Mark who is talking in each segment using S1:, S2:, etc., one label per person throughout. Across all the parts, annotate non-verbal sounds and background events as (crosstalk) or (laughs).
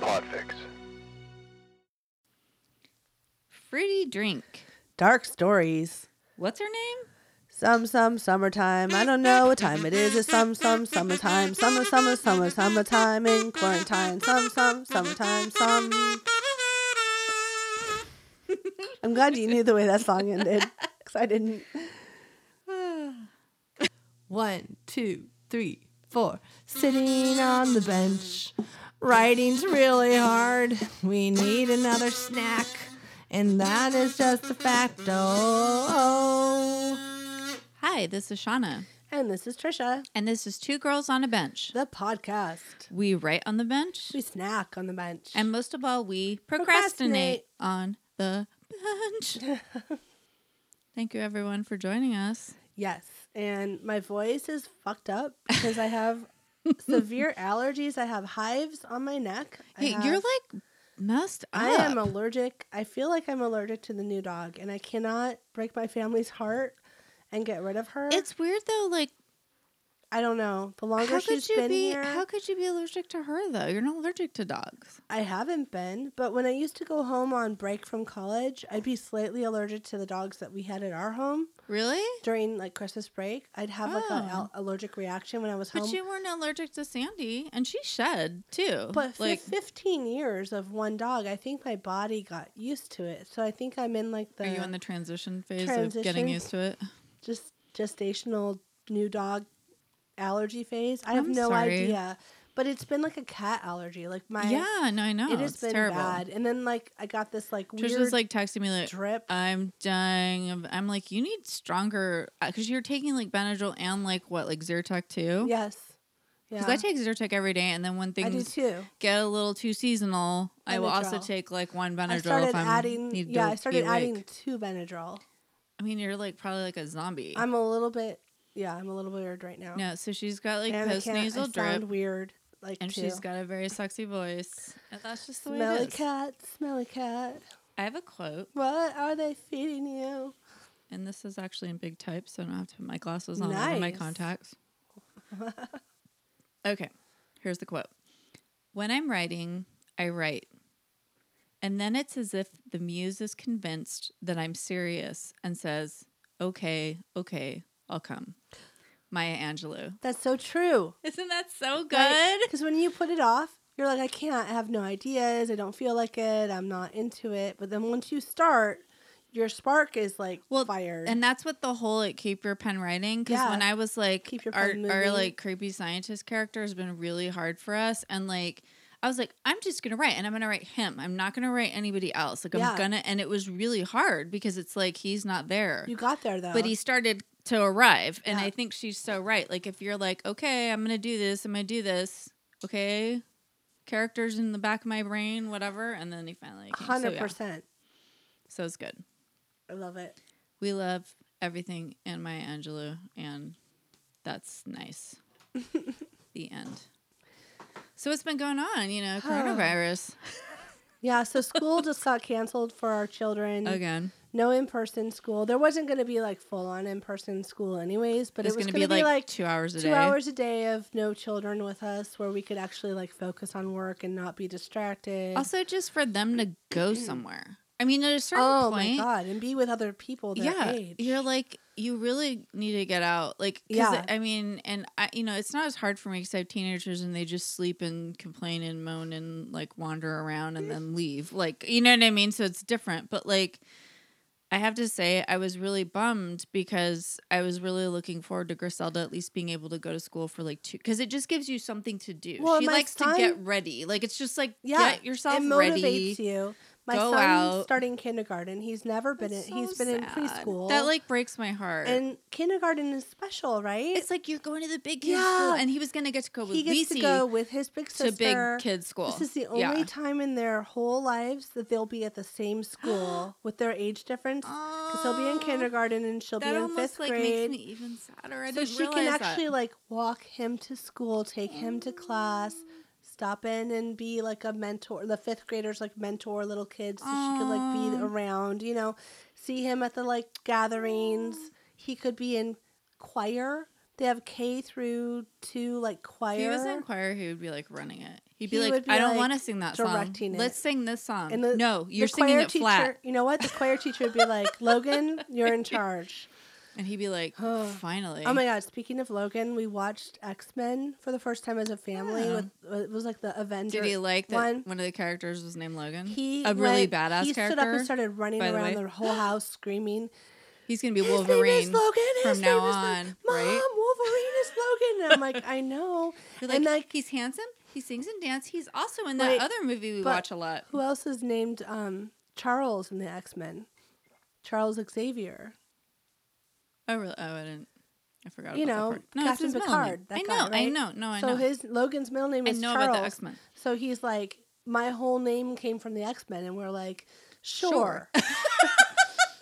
S1: Podfix.
S2: Fruity drink.
S3: Dark stories.
S2: What's her name?
S3: Some, some, summertime. I don't know what time it is. It's some, some, summertime. Summer, summer, summer, summertime in quarantine. Some, some, summertime. Some. I'm glad you knew the way that song ended because I didn't.
S4: One, two, three, four. Sitting on the bench. Writing's really hard. We need another snack. And that is just a oh. facto.
S2: Hi, this is Shauna,
S3: And this is Trisha,
S2: and this is Two Girls on a Bench.
S3: the podcast.
S2: We write on the bench,
S3: We snack on the bench.
S2: and most of all, we procrastinate,
S3: Procrastinate.
S2: on the bench. (laughs) Thank you, everyone, for joining us.
S3: Yes. And my voice is fucked up because I have
S2: (laughs)
S3: severe allergies. I have hives on my neck. I
S2: Hey, you're
S3: have-
S2: like messed up.
S3: I am allergic. I feel like I'm allergic to the new dog, and I cannot break my family's heart and get rid of her.
S2: It's weird though. Like,
S3: I don't know. The
S2: how
S3: longer
S2: could
S3: she's
S2: you
S3: been
S2: be?
S3: here,
S2: How could you be allergic to her though? You're not allergic to dogs.
S3: I haven't been. But when I used to go home on break from college, I'd be slightly allergic to the dogs that we had at our home
S2: Really?
S3: during like Christmas break. I'd have like an
S2: Oh.
S3: al- allergic reaction when I was
S2: But
S3: home.
S2: you weren't allergic to Sandy, and she shed too.
S3: But for
S2: like,
S3: 15 years of one dog, I think my body got used to it. So I think I'm in like the,
S2: Are you in the transition phase of getting
S3: transition?
S2: used to it?
S3: just gestational new dog allergy phase. I have
S2: I'm
S3: no
S2: sorry.
S3: idea. But it's been like a cat allergy. Like my
S2: yeah, no, I know.
S3: it has
S2: it's
S3: been
S2: terrible.
S3: bad. And then like I got this like weird
S2: Trisha's like "Oh." texting me like,
S3: drip.
S2: "I'm dying." Of, I'm like, "You need stronger," because you're taking like Benadryl and like what, like Zyrtec too.
S3: yes. Yeah.
S2: Because I take Zyrtec every day, and then when
S3: I do
S2: things
S3: too.
S2: get a little too seasonal, I will also
S3: Benadryl.
S2: take like one
S3: I
S2: Benadryl.
S3: started
S2: if I'm
S3: adding
S2: need
S3: yeah,
S2: to
S3: I started
S2: be
S3: adding
S2: awake.
S3: two Benadryl.
S2: I mean, you're like probably like a zombie.
S3: I'm a little bit yeah, I'm a little weird right now.
S2: no, so she's got like
S3: and I
S2: post
S3: can't I
S2: nasal
S3: sound
S2: drip,
S3: weird like
S2: and
S3: too.
S2: she's got a very sexy voice. And that's just the way
S3: smelly
S2: it is.
S3: cat, smelly cat.
S2: I have a quote.
S3: What are they feeding you?
S2: And this is actually in big type, so I don't have to put my glasses on or my
S3: Nice.
S2: contacts. okay, here's the quote When I'm writing, I write. And then it's as if the muse is convinced that I'm serious and says, Okay, okay, I'll come. Maya Angelou.
S3: That's so true.
S2: Isn't that so good?
S3: Because when you put it off, you're like, I can't. I have no ideas. I don't feel like it. I'm not into it. But then once you start, your spark is like fired.
S2: And that's what the whole like keep your pen writing. Because
S3: Yeah.
S2: when I was like,
S3: Keep your
S2: our,
S3: pen
S2: our
S3: moving.
S2: like creepy scientist character has been really hard for us. And like, I was like, I'm just gonna write, and I'm gonna write him. I'm not gonna write anybody else. Like, I'm
S3: Yeah.
S2: gonna, and it was really hard because it's like he's not there,
S3: you got there though.
S2: but he started to arrive. And
S3: Yeah.
S2: I think she's so right. Like, if you're like, okay, I'm gonna do this, I'm gonna do this, okay, characters in the back of my brain, whatever, and then he finally, came. So,
S3: hundred
S2: yeah.
S3: percent.
S2: so it's good.
S3: I love it.
S2: We love everything and Maya Angelou, and that's
S3: (laughs)
S2: nice. the end. So what's been going on? You know, coronavirus
S3: Yeah. So school just got canceled for
S2: (laughs)
S3: our children.
S2: again.
S3: No in person school. There wasn't going to be like full on in person school anyways, but
S2: It's
S3: it was
S2: going to
S3: going
S2: be,
S3: to
S2: like, two hours a
S3: two
S2: day.
S3: hours a day of no children with us, where we could actually like focus on work and not be distracted.
S2: Also, just for them to go somewhere. I mean, at a certain
S3: oh
S2: point,
S3: my god, and be with other people their
S2: yeah,
S3: age.
S2: you're like you really need to get out. Like, 'cause
S3: Yeah.
S2: I mean, and I, you know, it's not as hard for me because I have teenagers and they just sleep and complain and moan and like wander around and then leave. Like, you know what I mean? So it's different, but like. I have to say, I was really bummed because I was really looking forward to Griselda at least being able to go to school for like two, because it just gives you something to do.
S3: Well,
S2: she
S3: my
S2: likes to
S3: son-
S2: get ready. Like, it's just like,
S3: yeah,
S2: get yourself
S3: it motivates
S2: ready.
S3: you. My
S2: Go
S3: son
S2: out.
S3: starting kindergarten. He's never been in,
S2: It's so
S3: he's been in
S2: sad.
S3: preschool.
S2: That like breaks my heart.
S3: and kindergarten is special, right?
S2: It's like you're going to the big kids school,
S3: Yeah.
S2: and he was going to get to go with
S3: he gets
S2: Lisi
S3: to go with his big
S2: to
S3: sister
S2: big kids school.
S3: This is the only
S2: Yeah.
S3: time in their whole lives that they'll be at the
S2: (gasps)
S3: same school with their age difference. Because he'll be in
S2: Aw.
S3: kindergarten and she'll be
S2: Oh. that
S3: in
S2: almost
S3: fifth
S2: like
S3: grade.
S2: makes me even sadder. I
S3: so
S2: didn't
S3: she can
S2: realize
S3: actually
S2: that.
S3: like walk him to school, take him to class,
S2: Oh.
S3: stop in and be like a mentor. The fifth graders like mentor little kids, so she could like be
S2: Oh.
S3: around. You
S2: Oh.
S3: know, see him at the like gatherings. He could be in choir They have K through two like choir.
S2: If he was in choir, he would be like running it. He'd be
S3: He
S2: like,
S3: would be,
S2: I don't
S3: like,
S2: want to sing that song.
S3: directing it.
S2: Let's sing this song.
S3: And the-
S2: no,
S3: the
S2: you're singing
S3: choir
S2: it
S3: teacher,
S2: flat.
S3: You know what? The choir teacher would be
S2: (laughs)
S3: like, Logan, you're in charge.
S2: And he'd be like,
S3: (sighs) Oh.
S2: finally.
S3: Oh my God. Speaking of Logan, we watched X Men for the first time as a family.
S2: Yeah.
S3: With uh, It was like the Avenger.
S2: Did he like that one,
S3: one.
S2: of the characters was named Logan?
S3: He
S2: a really
S3: went-
S2: badass
S3: He
S2: character.
S3: stood up and started running
S2: by the
S3: around
S2: way.
S3: the, whole
S2: (gasps)
S3: house screaming.
S2: He's gonna be
S3: His name
S2: Wolverine
S3: is Logan.
S2: from
S3: His
S2: now
S3: name
S2: on,
S3: is Logan. Mom,
S2: right?
S3: Wolverine is Logan. And I'm
S2: (laughs)
S3: like, I know.
S2: You're like,
S3: and like,
S2: he's handsome. He sings and dances. He's also in that
S3: Wait,
S2: other movie we
S3: but
S2: watch a lot.
S3: who else is named um, Charles in the X Men? Charles Xavier.
S2: Oh, really? Oh, I didn't. I forgot.
S3: You
S2: about that
S3: know,
S2: part. no, it's
S3: Captain
S2: his middle
S3: Picard,
S2: name.
S3: that
S2: I know.
S3: guy,
S2: I
S3: right?
S2: know. No, I
S3: so
S2: know.
S3: his Logan's middle name
S2: I
S3: is
S2: know
S3: Charles.
S2: about the X Men.
S3: So he's like, my whole name came from the X Men, and we're like,
S2: Sure. (laughs)
S3: sure. (laughs)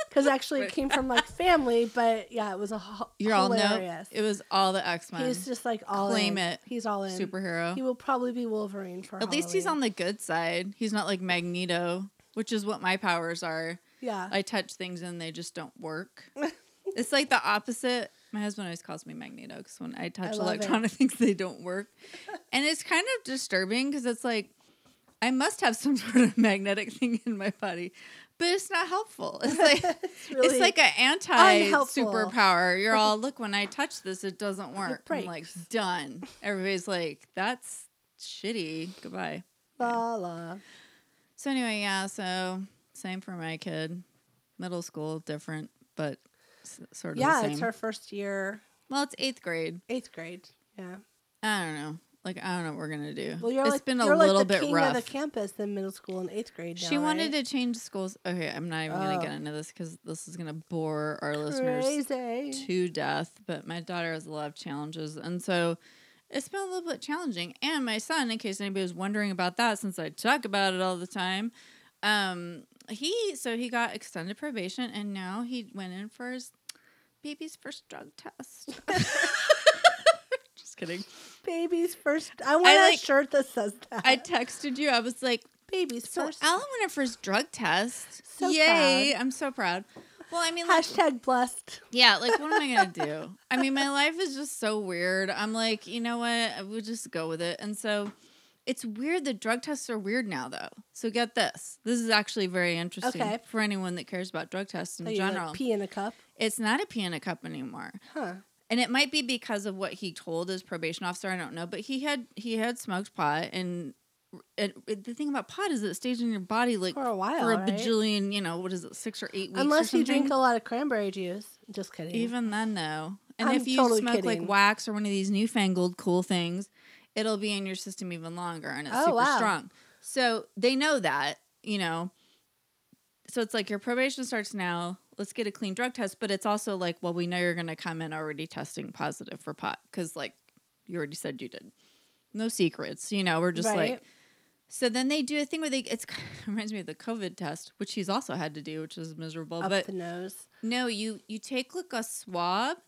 S3: Because actually, it came from like family, but yeah, it was a ho-
S2: You're all no.
S3: hilarious.
S2: It was all the X Men.
S3: he's just like all
S2: Claim
S3: in.
S2: it,
S3: He's all in.
S2: superhero.
S3: He will probably be Wolverine for
S2: At least he's on the good side. He's not like Magneto, which is what my powers are.
S3: yeah.
S2: I touch things and they just don't
S3: (laughs)
S2: work. it's like the opposite. My husband always calls me Magneto because when I touch
S3: I love it.
S2: electronic (laughs) things, they don't
S3: (laughs)
S2: work. And it's kind of disturbing because it's like, I must have some (laughs) sort of magnetic thing in my body, but it's not helpful. It's like it's
S3: really
S2: like an anti
S3: unhelpful.
S2: superpower. You're all look when I touch this, it doesn't work. I'm like
S3: breaks.
S2: done. Everybody's like, that's shitty. Goodbye.
S3: la la.
S2: So anyway, yeah. So same for my kid. Middle school, different, but s- sort of the
S3: Yeah,
S2: same.
S3: it's her first year,
S2: well, it's eighth grade.
S3: eighth grade. Yeah.
S2: I don't know. Like I don't know what we're gonna do.
S3: Well, you're
S2: It's
S3: like
S2: been a
S3: you're
S2: little
S3: like the
S2: bit
S3: king
S2: rough.
S3: of the campus in middle school and eighth grade. Now,
S2: she wanted
S3: right?
S2: to change schools. Okay, I'm not even gonna
S3: Oh.
S2: get into this because this is gonna bore our listeners
S3: crazy.
S2: to death. But my daughter has a lot of challenges, and so it's been a little bit challenging. And my son, in case anybody was wondering about that, since I talk about it all the time, um, he so he got extended probation, and now he went in for his baby's first drug test. Just kidding.
S3: Baby's first. I want
S2: I
S3: a
S2: like-
S3: shirt that says that.
S2: I texted you. I was like,
S3: Baby's
S2: so
S3: first.
S2: Alan went in for his drug test.
S3: So
S2: Yay! I'm so proud. Well, I mean, like,
S3: Hashtag blessed.
S2: Yeah, like what am I gonna do? I mean, my life is just so weird. I'm like, you know what? I will just go with it. And so it's weird that drug tests are weird now though. So get this. This is actually very interesting
S3: Okay.
S2: for anyone that cares about drug tests in
S3: That you, like,
S2: general.
S3: pee in a cup.
S2: it's not a pee in a cup anymore.
S3: Huh.
S2: And it might be because of what he told his probation officer, I don't know, but he had he had smoked pot and and the thing about pot is it stays in your body like
S3: For a while,
S2: for a
S3: right?
S2: bajillion, you know, what is it, six or eight weeks. or
S3: Unless you drink
S2: something.
S3: a lot of cranberry juice. Just kidding.
S2: Even then, though, and
S3: I'm
S2: if you
S3: totally
S2: smoke like
S3: kidding.
S2: wax or one of these newfangled cool things, it'll be in your system even longer, and it's
S3: Oh,
S2: super
S3: wow.
S2: strong. So they know that, you know. So it's like your probation starts now. Let's get a clean drug test, but it's also like, well, we know you're going to come in already testing positive for pot because, like, you already said you did. No secrets, you know. We're just
S3: Right.
S2: like. So then they do a thing where they it's (laughs) reminds me of the COVID test, which he's also had to do, which is miserable.
S3: up
S2: but
S3: the nose.
S2: no, you you take like a swab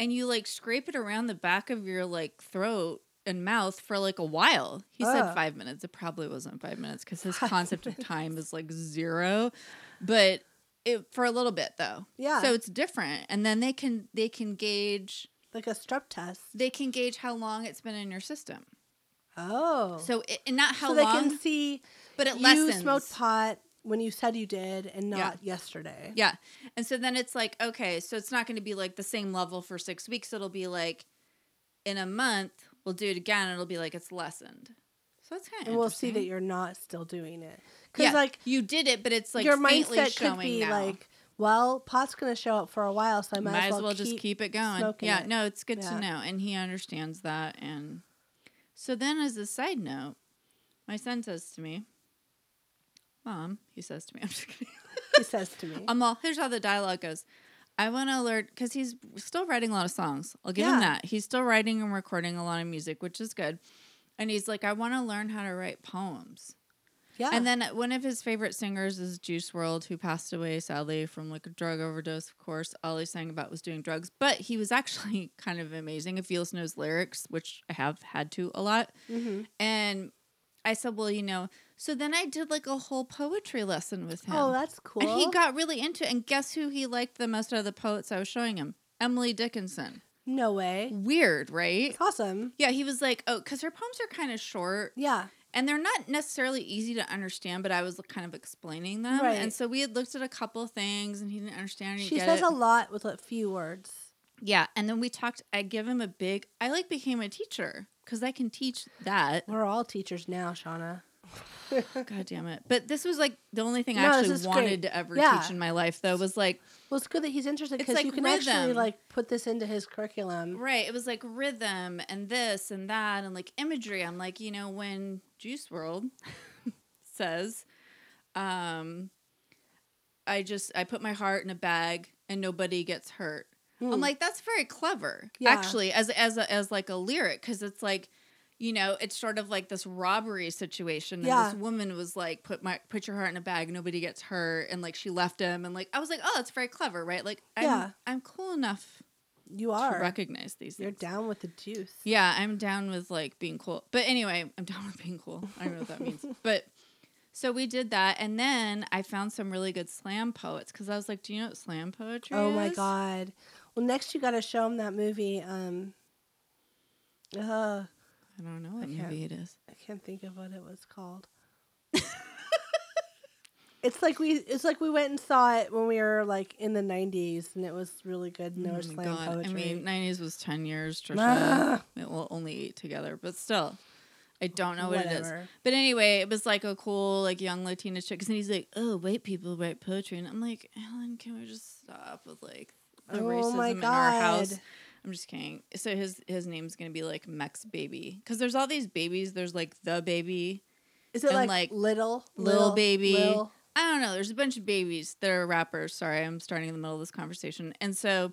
S2: and you like scrape it around the back of your like throat and mouth for like a while. He said
S3: Ugh.
S2: 5 minutes. It probably wasn't 5 minutes cuz his concept of time is like zero. But it for a little bit though.
S3: Yeah.
S2: So it's different and then they can they can gauge
S3: Like a strep test.
S2: they can gauge how long it's been in your system.
S3: Oh.
S2: So it, and not how
S3: So they
S2: long,
S3: can see
S2: but it
S3: you
S2: lessens.
S3: smoked pot when you said you did and
S2: Yeah.
S3: not yesterday.
S2: Yeah. And so then it's like, okay, so it's not going to be like the same level for six weeks. It'll be like in a month, we'll do it again. and It'll be like it's lessened. So that's kind of
S3: And we'll see that you're not still doing it. Because, like,
S2: you did it, but it's like
S3: your
S2: faintly
S3: mindset
S2: showing
S3: could be
S2: now.
S3: like, well, pot's going to show up for a while, so I
S2: might,
S3: might,
S2: as well, just keep it going.
S3: smoking
S2: Yeah,
S3: it.
S2: no, it's good to
S3: Yeah.
S2: know. And he understands that. And so then, as a side note, my son says to me, Mom, he says to me, (laughs) I'm just kidding.
S3: (laughs) He says to me.
S2: I'm all here's how the dialogue goes. I want to learn because he's still writing a lot of songs. I'll give him
S3: Yeah.
S2: that. He's still writing and recording a lot of music, which is good. And he's like, I want to learn how to write poems.
S3: yeah.
S2: And then one of his favorite singers is Juice World, who passed away sadly from like a drug overdose. Of course, all he sang about was doing drugs, but he was (laughs) actually kind of amazing. If you listen to his lyrics, which I have had to a lot,
S3: Mm-hmm.
S2: and I said, well, you know. So then I did like a whole poetry lesson with him.
S3: oh, that's cool.
S2: And he got really into it. And guess who he liked the most out of the poets I was showing him? Emily Dickinson.
S3: No way.
S2: Mm. Weird, right?
S3: It's awesome.
S2: Yeah, he was like, oh, because her poems are kind of short
S3: Yeah.
S2: and they're not necessarily easy to understand, but I was kind of explaining them.
S3: Right.
S2: And so we had looked at a couple things and he didn't understand. He
S3: She says
S2: it.
S3: a lot with a few words.
S2: Yeah, and then we talked. I give him a big. I like became a teacher because I can teach that.
S3: (laughs) We're all teachers now, Shauna.
S2: God damn it! But this was like the only thing I
S3: No, this
S2: actually
S3: is
S2: wanted
S3: great.
S2: to ever
S3: Yeah.
S2: teach in my life, though. Was like
S3: Well, it's good that he's interested
S2: It's
S3: because
S2: like
S3: you can actually
S2: rhythm.
S3: like put this into his curriculum.
S2: right. It was like rhythm and this and that and like imagery. I'm like, you know, when Juice World (laughs) says, um, I just I put my heart in a bag and nobody gets hurt. I'm
S3: Hmm.
S2: like, that's very clever,
S3: Yeah.
S2: actually, as as a, as like a lyric, because it's like, you know, it's sort of like this robbery situation. And
S3: Yeah.
S2: this woman was like, put my put your heart in a bag, nobody gets hurt, and like she left him, and like I was like, oh, that's very clever, right? Like, I'm,
S3: Yeah.
S2: I'm cool enough
S3: You are.
S2: to recognize these.
S3: You're
S2: things.
S3: down with the juice.
S2: Yeah, I'm down with like being cool. But anyway, I'm down with being cool. I don't know what that
S3: (laughs)
S2: means. But so we did that, and then I found some really good slam poets because I was like, do you know what slam poetry?
S3: Oh my
S2: is?"
S3: god. Well, next you got to show him that movie. Um, uh,
S2: I don't know what
S3: I can't-
S2: movie it is.
S3: I can't think of what it was called.
S2: (laughs)
S3: it's like we it's like we went and saw it when we were like in the nineties and it was really good and there was
S2: Oh my
S3: slam poetry.
S2: I mean, 90s was 10
S3: (laughs)
S2: years. Trisha.
S3: Ah.
S2: it will only eat together, but still, I don't know what it is.
S3: Whatever.
S2: But anyway, it was like a cool, like young Latina chick. And he's like, oh, white people write poetry. And I'm like, Alan, can we just stop with like the
S3: Oh
S2: racism
S3: my
S2: in our house?
S3: God.
S2: I'm just kidding. So his his name's gonna be like Mex Baby because there's all these babies. There's like the baby,
S3: is it
S2: and,
S3: like,
S2: like,
S3: little
S2: Lil, Baby.
S3: Lil?
S2: I don't know. There's a bunch of babies that are rappers. Sorry, I'm starting in the middle of this conversation. And so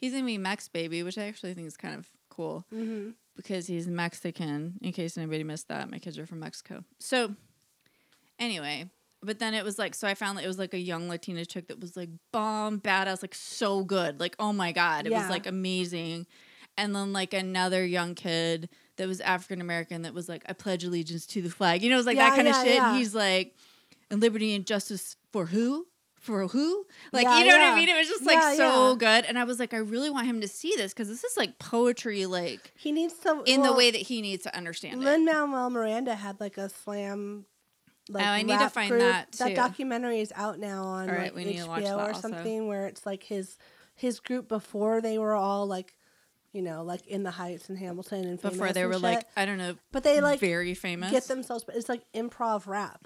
S2: he's gonna be Mex Baby, which I actually think is kind of cool
S3: Mhm.
S2: because he's Mexican. In case anybody missed that, my kids are from Mexico. So anyway, but then it was like so I found that it was like a young Latina chick that was like bomb badass, like so good, like oh my god, it
S3: Yeah.
S2: was like amazing. And then like another young kid that was African American that was like I pledge allegiance to the flag, you know, it was like
S3: Yeah,
S2: that kind
S3: yeah,
S2: of shit.
S3: yeah.
S2: And he's like, and liberty and justice for who? For who? Like
S3: Yeah,
S2: you know what
S3: yeah.
S2: I mean? It was just like
S3: Yeah,
S2: so
S3: yeah.
S2: good, and I was like, I really want him to see this because this is like poetry, like
S3: He needs some
S2: in
S3: well,
S2: the way that he needs to understand it.
S3: Lin Manuel Miranda had like a slam. Like,
S2: Oh, I need to
S3: rap
S2: find
S3: group.
S2: that,
S3: That
S2: too.
S3: documentary is out now on
S2: All right,
S3: like,
S2: we need
S3: HBO
S2: to watch that
S3: or
S2: also.
S3: something, where it's like his his group before they were all like, you know, like in the Heights and Hamilton and
S2: Before
S3: famous
S2: they
S3: and
S2: were
S3: shit.
S2: like, I don't know,
S3: but they like
S2: very famous.
S3: get themselves. But it's like improv rap.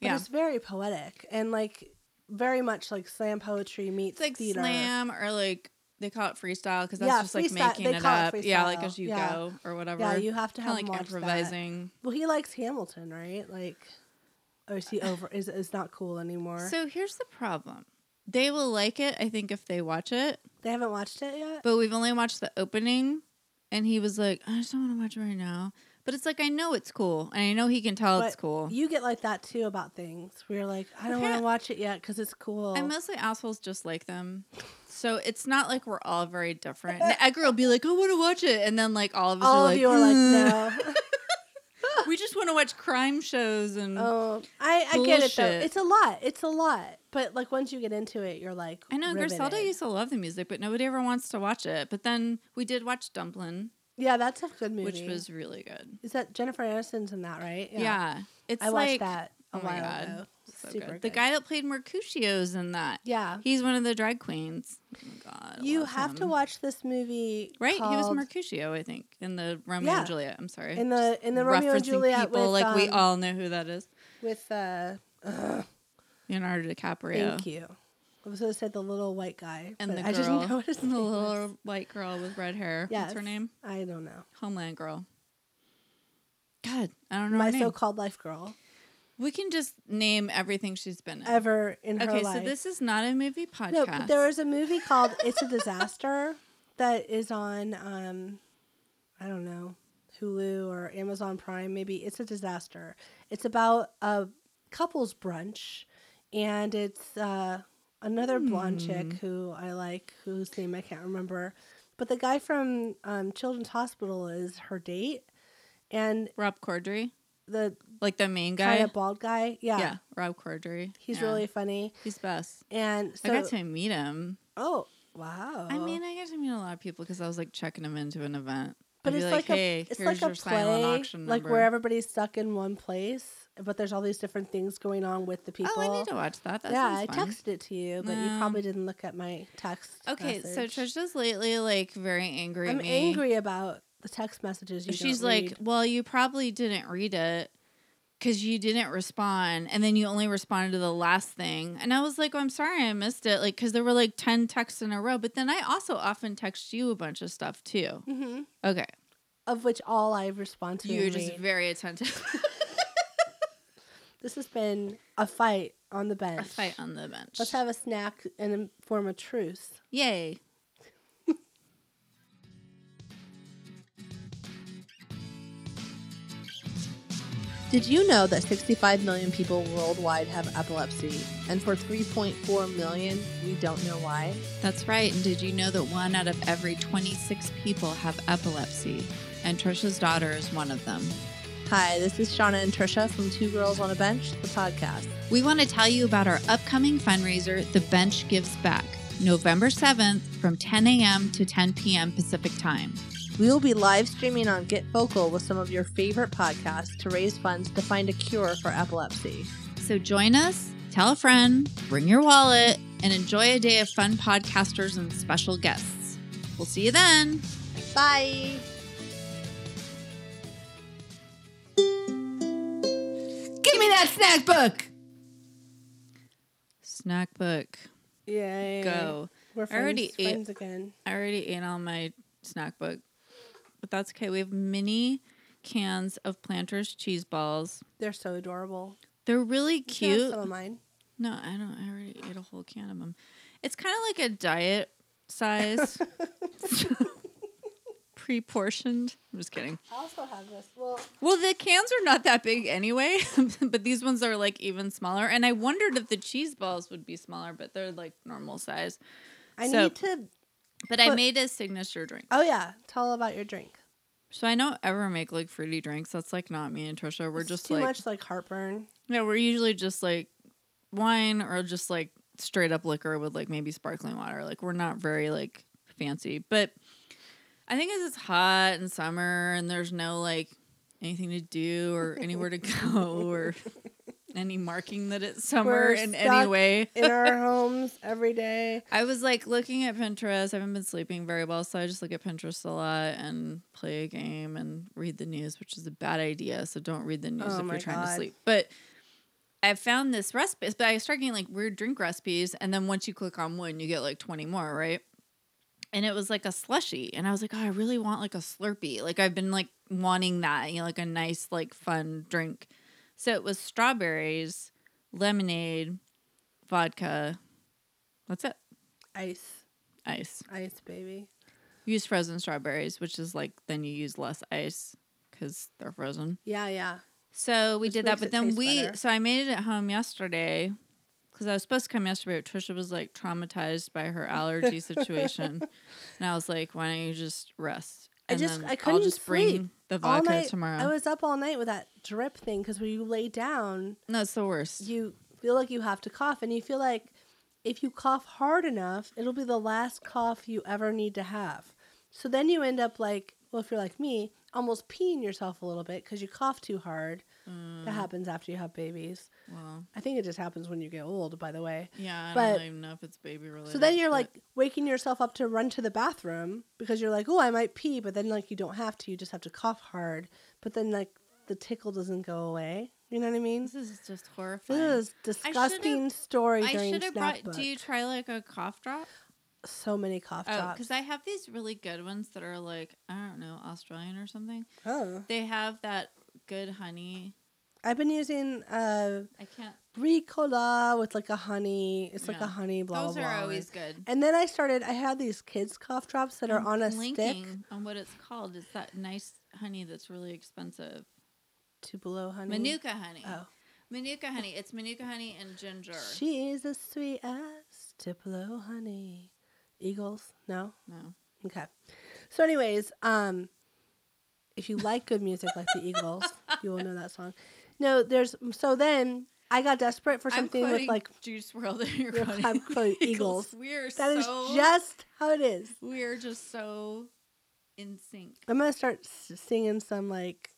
S3: But
S2: Yeah.
S3: it's very poetic and like very much like slam poetry meets
S2: It's like
S3: theater.
S2: slam or like they call it freestyle because that's
S3: Yeah,
S2: just like
S3: freestyle-
S2: making
S3: they
S2: it
S3: call
S2: up.
S3: it
S2: yeah, like
S3: freestyle.
S2: as you
S3: Yeah.
S2: go or whatever.
S3: Yeah, you have to
S2: Kinda
S3: have him
S2: like
S3: watch that.
S2: improvising.
S3: Well, he likes Hamilton, right? Like, or is he over? Is is not cool anymore?
S2: Uh, So here's the problem. They will like it, I think, if they watch it.
S3: they haven't watched it yet.
S2: But we've only watched the opening, and he was like, "I just don't want to watch it right now." But it's like I know it's cool, and I know he can tell it's
S3: But
S2: cool.
S3: You get like that too about things. We're like, I don't want to
S2: Apparent-
S3: watch it yet because it's cool.
S2: And mostly assholes just like them. So it's not like we're all very
S3: (laughs)
S2: different. And Edgar will be like, I want to watch it. And then, like, all of us
S3: All
S2: are
S3: of
S2: like,
S3: you are like,
S2: "Mm,
S3: no.
S2: We just want to watch crime shows. And
S3: oh, I, I get it though.
S2: Bullshit.
S3: It's a lot. It's a lot. But like once you get into it, you're like,
S2: I know Griselda
S3: riveted.
S2: used to love the music, but nobody ever wants to watch it. But then we did watch Dumplin',
S3: Yeah, that's a good movie.
S2: which was really good.
S3: is that Jennifer Aniston's in that, right?
S2: Yeah. It's
S3: I watched
S2: like,
S3: that a
S2: oh my
S3: while
S2: God.
S3: ago.
S2: so
S3: Super
S2: good. The guy that played Mercutio's in that.
S3: Yeah.
S2: He's one of the drag queens. Oh my God. I
S3: you
S2: love
S3: have to
S2: him.
S3: watch this movie.
S2: Right? He was
S3: called-
S2: Mercutio, I think, in the Romeo
S3: Yeah.
S2: and Juliet. I'm sorry.
S3: in the in the Romeo and
S2: referencing
S3: Juliet
S2: people
S3: with
S2: like we
S3: um,
S2: all know who that is.
S3: with uh ugh,
S2: Leonardo DiCaprio
S3: thank you. I was gonna say the little white guy,
S2: and
S3: but
S2: the girl,
S3: I (laughs) didn't know what his
S2: the
S3: name was.
S2: little white girl with red hair. What's her
S3: Yes.
S2: name?
S3: I don't know.
S2: Homeland girl. God, I don't know
S3: My
S2: her name.
S3: so-called life girl
S2: we can just name everything she's been in.
S3: ever in her
S2: okay,
S3: life.
S2: so this is not a movie podcast.
S3: no, but there is a movie called "It's a Disaster" (laughs) that is on um, I don't know Hulu or Amazon Prime. Maybe it's a disaster. It's about a couples brunch, and it's uh, another blonde chick
S2: Hmm.
S3: who I like, whose name I can't remember, but the guy from um, Children's Hospital is her date, and
S2: Rob Corddry,
S3: the
S2: like the main guy.
S3: kind of bald guy, yeah,
S2: yeah. Rob Corddry.
S3: he's
S2: Yeah.
S3: really funny.
S2: he's best.
S3: And so,
S2: I got to meet him.
S3: oh, Wow.
S2: I mean, I got to meet a lot of people because I was like checking them into an event.
S3: but
S2: I'd be
S3: it's like,
S2: "Hey,
S3: a it's
S2: here's
S3: like a
S2: your silent
S3: play,
S2: auction
S3: like
S2: number."
S3: where everybody's stuck in one place, but there's all these different things going on with the people.
S2: Oh, I need to watch that. That
S3: yeah, I
S2: sounds fun.
S3: texted it to you, but you
S2: No.
S3: probably didn't look at my text.
S2: Okay,
S3: message.
S2: so Trisha's lately like very angry
S3: I'm
S2: at me.
S3: angry about the text messages you.
S2: She's
S3: don't
S2: like,
S3: read.
S2: "Well, you probably didn't read it because you didn't respond, and then you only responded to the last thing." And I was like, well, "I'm sorry, I missed it." Like, because there were like ten texts in a row. But then I also often text you a bunch of stuff too.
S3: Mhm.
S2: Okay,
S3: of which all I respond to.
S2: you're
S3: and
S2: just
S3: read.
S2: very attentive. (laughs)
S3: this has been a fight on the bench.
S2: a fight on the bench.
S3: Let's have a snack and then form a truce.
S2: Yay.
S1: Did you know that 65 million people worldwide have epilepsy? And for 3.4 million, we don't know why?
S2: That's right. And did you know that one out of every 26 people have epilepsy? And Trisha's daughter is one of them.
S1: Hi, this is Shauna and Trisha from Two Girls on a Bench, the podcast.
S2: We want to tell you about our upcoming fundraiser, The Bench Gives Back, November 7th from 10 a.m. to 10 p.m. Pacific Time.
S1: We will be live streaming on Get Vocal with some of your favorite podcasts to raise funds to find a cure for epilepsy.
S2: So join us, tell a friend, bring your wallet, and enjoy a day of fun podcasters and special guests. We'll see you then.
S1: Bye!
S4: Give me that snack book.
S2: Snack book,
S3: Yay.
S2: go.
S3: We're
S2: I
S3: friends,
S2: already ate-
S3: friends again.
S2: I already ate all my snack book, but that's okay. We have mini cans of Planters cheese balls.
S3: They're so adorable.
S2: They're really
S3: You can have
S2: cute.
S3: Some of mine.
S2: No, I don't. I already ate a whole can of them. It's kind of like a diet
S3: (laughs)
S2: size, (laughs) pre portioned. I'm just kidding.
S3: I also have this. Well,
S2: Well, the cans are not that big anyway, (laughs) but these ones are like even smaller. And I wondered if the cheese balls would be smaller, but they're like normal size.
S3: I
S2: So-
S3: need to.
S2: But I
S3: But-
S2: made a signature drink.
S3: Oh yeah, tell about your drink.
S2: So I don't ever make like fruity drinks. That's like not me and Trisha. We're
S3: It's
S2: just
S3: too
S2: like
S3: much like heartburn.
S2: Yeah, we're usually just like wine or just like straight up liquor with like maybe sparkling water. Like we're not very like fancy, but I think as it's hot and summer and there's no like anything to do or anywhere to go
S3: (laughs)
S2: or any marking that it's summer
S3: We're
S2: in any
S3: stuck
S2: way.
S3: In our
S2: (laughs)
S3: homes every day.
S2: I was like looking at Pinterest. I haven't been sleeping very well, so I just look at Pinterest a lot and play a game and read the news, which is a bad idea. So don't read the news
S3: Oh
S2: if
S3: my
S2: you're trying to
S3: God.
S2: sleep. But I found this recipe, but I start getting like weird drink recipes, and then once you click on one, you get like twenty more, right? And it was like a slushy, and I was like, oh, I really want like a Slurpee. Like I've been like wanting that, you know, like a nice like fun drink. So it was strawberries, lemonade, vodka. That's it
S3: Ice,
S2: ice.
S3: ice, baby.
S2: Use frozen strawberries, which is like then you use less ice because they're frozen.
S3: Yeah, yeah.
S2: So we
S3: Which
S2: did that,
S3: makes
S2: but
S3: it
S2: then
S3: taste
S2: we
S3: better.
S2: so I made it at home yesterday because I was supposed to come yesterday, but Trisha was like traumatized by her allergy
S3: (laughs)
S2: situation, and I was like, "Why don't you just rest?"
S3: I
S2: And
S3: just-
S2: then
S3: I couldn't sleep
S2: bring the
S3: All
S2: vodka
S3: night.
S2: tomorrow.
S3: I was up all night with that drip thing because when you lay down,
S2: no, it's the worst.
S3: you feel like you have to cough, and you feel like if you cough hard enough, it'll be the last cough you ever need to have. So then you end up like, well, if you're like me, almost peeing yourself a little bit because you cough too hard.
S2: Mm.
S3: That happens after you have babies.
S2: well,
S3: I think it just happens when you get old, by the way.
S2: yeah, I
S3: but-
S2: don't even know if it's baby related.
S3: So then you're
S2: but-
S3: like waking yourself up to run to the bathroom because you're like, oh, I might pee, but then like you don't have to. You just have to cough hard. But then like the tickle doesn't go away. You know what I mean?
S2: this is just horrifying.
S3: This is a disgusting story
S2: I
S3: during
S2: should have
S3: snack
S2: brought.
S3: book.
S2: Do you try like a cough drop?
S3: So many cough
S2: Oh,
S3: drops.
S2: because I have these really good ones that are like I don't know Australian or something.
S3: oh,
S2: They have that good honey.
S3: I've been using uh,
S2: I can't.
S3: brie cola with like a honey. It's like
S2: Yeah.
S3: a honey blah
S2: those
S3: blah.
S2: are
S3: blah.
S2: always good.
S3: And then I started. I had these kids cough drops that are
S2: I'm
S3: on a
S2: blinking
S3: stick.
S2: on what it's called. It's that nice honey that's really expensive.
S3: Tupelo honey.
S2: Manuka honey.
S3: Oh.
S2: Manuka honey. It's manuka honey and ginger.
S3: She's as sweet as Tupelo honey. Eagles? No?
S2: no.
S3: Okay. So, anyways, um,
S2: (laughs)
S3: if you like good music like the Eagles, you will know that song. No, there's so then I got desperate for
S2: I'm
S3: something with
S2: quoting
S3: like
S2: Juice World and you're
S3: You're (laughs)
S2: quoting,
S3: quoting Eagles.
S2: We are
S3: that is
S2: so
S3: just how it is.
S2: we are just so in sync.
S3: I'm gonna start s- singing some like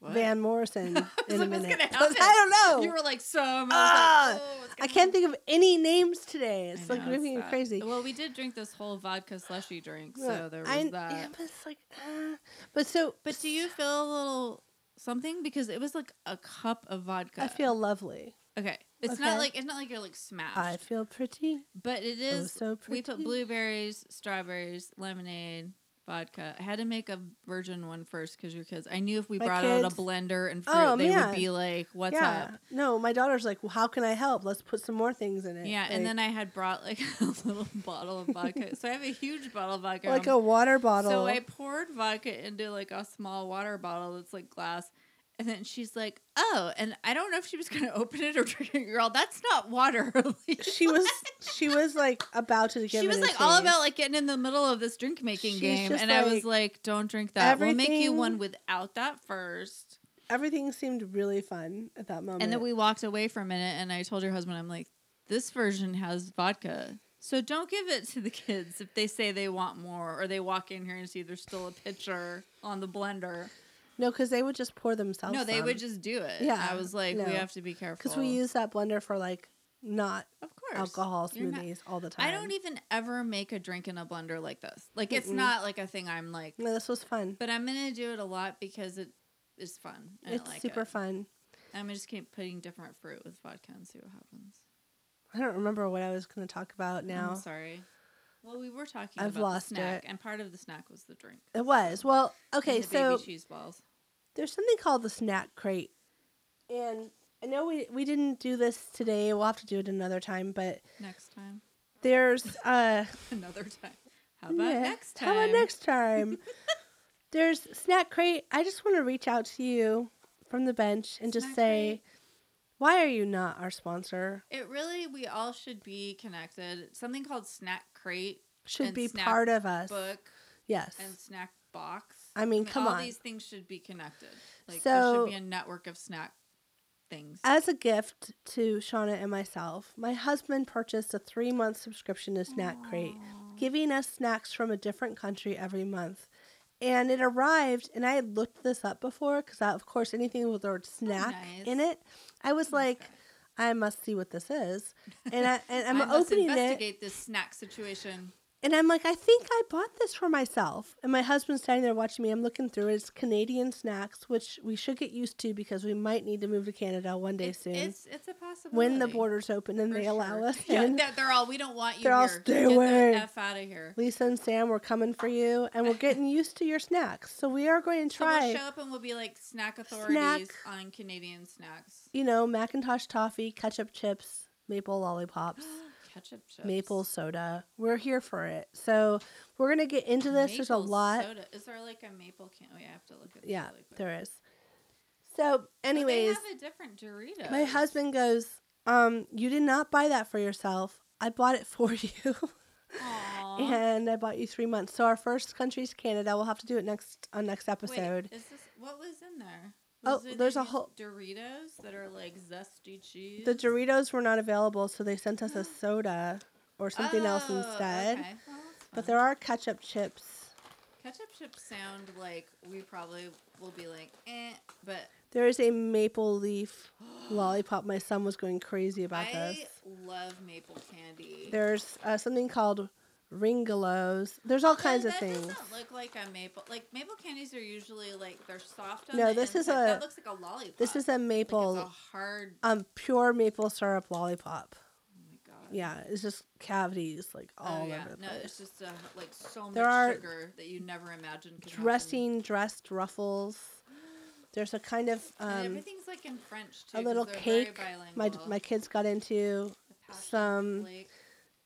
S2: What? (laughs)
S3: Van Morrison in a
S2: like, what's
S3: minute.
S2: gonna
S3: 'Cause
S2: happen?
S3: (laughs) I don't know.
S2: You were like so. I, was like,
S3: Ah,
S2: oh, what's
S3: I
S2: gonna
S3: can't think of any names today.
S2: I
S3: It's
S2: know,
S3: like driving me
S2: sad.
S3: crazy.
S2: Well, we did drink this whole vodka slushy drink,
S3: Look,
S2: so there was
S3: I-
S2: that.
S3: yeah, but it's like, uh, but so,
S2: But do you feel a little something because it was like a cup of vodka?
S3: I feel lovely.
S2: okay. It's
S3: okay.
S2: not like it's not like you're like smashed,
S3: I feel pretty.
S2: but it
S3: Oh,
S2: is.
S3: so
S2: we
S3: pretty.
S2: put blueberries, strawberries, lemonade, vodka. I had to make a virgin one first because your kids. I knew if we
S3: My
S2: brought out a
S3: kids-
S2: blender and fruit,
S3: Oh,
S2: they
S3: man.
S2: would be like, "What's
S3: yeah.
S2: up?"
S3: No, my daughter's like, well, how can I help? Let's put some more things in it.
S2: Yeah, and then I had brought like (laughs) a little bottle of vodka. So I have a huge bottle of vodka.
S3: like
S2: I'm
S3: a water bottle.
S2: So I poured vodka into like a small water bottle that's like glass. And then she's like, oh, and I don't know if she was going to (laughs) open it or drink it. Girl, that's not water. (laughs) Like,
S3: (laughs) she was, she was like about to give.
S2: she
S3: it
S2: was
S3: a
S2: like all
S3: taste.
S2: about like getting in the middle of this drink making
S3: She's
S2: game.
S3: just
S2: And I was like, don't drink that. We'll make you one
S3: everything-
S2: without that first.
S3: everything seemed really fun at that moment.
S2: And then we walked away for a minute. And I told your husband, I'm like, this version has vodka. So don't give it to the kids if they say they want more or they walk in here and see there's still a pitcher on the blender.
S3: no, because they would just pour themselves.
S2: No, they would just do it.
S3: Yeah,
S2: I was like,
S3: no.
S2: we have to be careful
S3: because we use that blender for like not
S2: of course
S3: alcohol
S2: You're not-
S3: smoothies all the time.
S2: I don't e even ever make a drink in a blender like this. Like it's
S3: Mm-mm.
S2: not like a thing I'm like,
S3: No, this was fun.
S2: but I'm gonna do it a lot because it is fun. and I
S3: It's
S2: like
S3: super
S2: it.
S3: fun.
S2: I'm just keep putting different fruit with vodka and see what happens.
S3: I don't remember what I was going to talk about now.
S2: I'm sorry. Well, we were talking.
S3: I've
S2: about
S3: lost
S2: the snack,
S3: it.
S2: and part of the snack was the drink.
S3: It was. Well, okay,
S2: And the
S3: so
S2: baby cheese balls.
S3: there's something called the snack crate. And I know we we didn't do this today. We'll have to do it another time, but
S2: Next time, (laughs)
S3: there's uh
S2: another time. How about
S3: yeah,
S2: next time?
S3: How about
S2: (laughs)
S3: next time? there's snack crate. I just want to reach out to you from the bench and just
S2: Snack
S3: say
S2: Crate.
S3: why are you not our sponsor?
S2: It really, we all should be connected. Something called Snack Crate
S3: Should
S2: And
S3: be
S2: Snack
S3: part of us.
S2: book
S3: Yes.
S2: and snack box.
S3: I mean, come
S2: all
S3: on.
S2: these things should be connected. Like there
S3: So-
S2: should be a network of snack things.
S3: As a gift to Shauna and myself, my husband purchased a three month subscription to Snack Crate, giving us snacks from a different country every month. And it arrived, and I had looked this up before because, of course, anything with the word snack
S2: Oh, nice.
S3: in it, I was like, I must see what this is. And, I,
S2: (laughs)
S3: and I'm
S2: I must
S3: opening it,
S2: investigate this snack situation.
S3: and I'm like, I think I bought this for myself. And my husband's standing there watching me. I'm looking through it. It's Canadian snacks, which we should get used to because we might need to move to Canada one day
S2: It's,
S3: soon
S2: it's it's a possibility.
S3: when the borders open and
S2: for
S3: they allow
S2: sure.
S3: us
S2: (laughs) Yeah,
S3: in.
S2: they're, they're all. We don't want you.
S3: They're all,
S2: here.
S3: "Stay
S2: Get the
S3: away."
S2: F out of here.
S3: Lisa and Sam, we're coming for you, and we're
S2: (laughs)
S3: getting used to your snacks. So we are going to
S2: So
S3: try,
S2: we'll show up and we'll be like snack authorities on Canadian snacks.
S3: you know, Macintosh toffee, ketchup chips, maple lollipops,
S2: (gasps) Ketchup chips.
S3: maple soda. We're here for it. So we're gonna get into this. There's a
S2: Maple
S3: lot.
S2: Soda. Is there like a maple can? Wait, I have to look at. this
S3: Yeah,
S2: really quick.
S3: there is. So,
S2: But they
S3: anyways,
S2: have a different Dorito.
S3: my husband goes, um, "You did not buy that for yourself. I bought it for (laughs) you." And I bought you three months. So our first country is Canada. We'll have to do it next on next episode.
S2: Wait, is this what was in there?
S3: Oh,
S2: Was it
S3: there's
S2: these
S3: a whole-
S2: Doritos that are like zesty cheese.
S3: The Doritos were not available, so they sent us a soda or something else
S2: Oh,
S3: instead.
S2: okay. Well, that's
S3: But
S2: fine.
S3: there are ketchup chips.
S2: ketchup chips sound like we probably will be like, eh, but
S3: There is a
S2: (gasps)
S3: maple leaf lollipop. My son was going crazy about
S2: I
S3: this.
S2: love maple candy.
S3: There's uh, something called ringolos. There's all
S2: Although
S3: kinds of
S2: that
S3: things.
S2: doesn't look like a maple. Like maple candies are usually like they're soft. On
S3: No,
S2: the
S3: this is
S2: inside.
S3: a-
S2: that looks like a lollipop.
S3: This is a
S2: Like, it's
S3: maple,
S2: a hard.
S3: um, pure maple syrup lollipop.
S2: Oh my god.
S3: Yeah, it's just cavities like all over the
S2: Oh, no,
S3: place.
S2: it's just uh, like so
S3: There
S2: much
S3: are
S2: sugar that you never imagined. Could happen.
S3: dressing dressed ruffles. There's a kind of
S2: and
S3: um,
S2: everything's like in French too.
S3: a little
S2: 'cause they're
S3: cake.
S2: Very
S3: My
S2: bilingual.
S3: my kids got into
S2: The passion
S3: some-
S2: flake.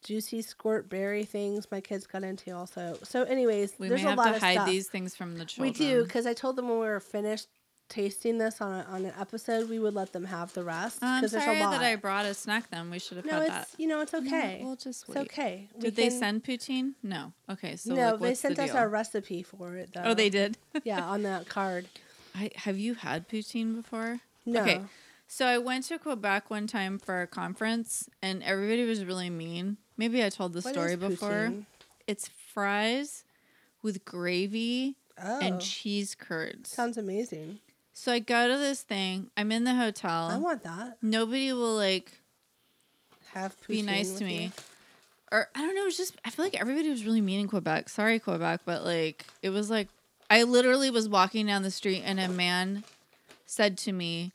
S3: juicy squirt berry things. My kids got into also. So, anyways,
S2: We
S3: there's
S2: may
S3: a
S2: have
S3: lot
S2: to
S3: of
S2: hide
S3: stuff.
S2: these things from the children.
S3: we do because I told them when we were finished tasting this on a, on an episode, we would let them have the rest
S2: Oh, I'm
S3: because there's
S2: sorry
S3: a lot.
S2: that I brought a snack. Then we should have
S3: no,
S2: had
S3: it's
S2: that.
S3: you know it's okay.
S2: we'll just
S3: It's
S2: wait.
S3: okay. We
S2: Did they
S3: can-
S2: send poutine? No. Okay, so
S3: no,
S2: like,
S3: they
S2: what's the
S3: sent us
S2: deal?
S3: our recipe for it though.
S2: Oh, they did. (laughs)
S3: yeah on that card.
S2: I, have you had poutine before?
S3: No.
S2: Okay. So I went to Quebec one time for a conference, and everybody was really mean. Maybe I told the
S3: What
S2: story
S3: is
S2: before.
S3: poutine?
S2: It's fries with gravy
S3: Oh,
S2: and cheese curds.
S3: sounds amazing.
S2: so I go to this thing. I'm in the hotel.
S3: I want that.
S2: Nobody will like
S3: Have poutine
S2: be nice
S3: with
S2: to me.
S3: you.
S2: Or I don't know, it was just I feel like everybody was really mean in Quebec. Sorry, Quebec, but like it was like I literally was walking down the street and a man said to me,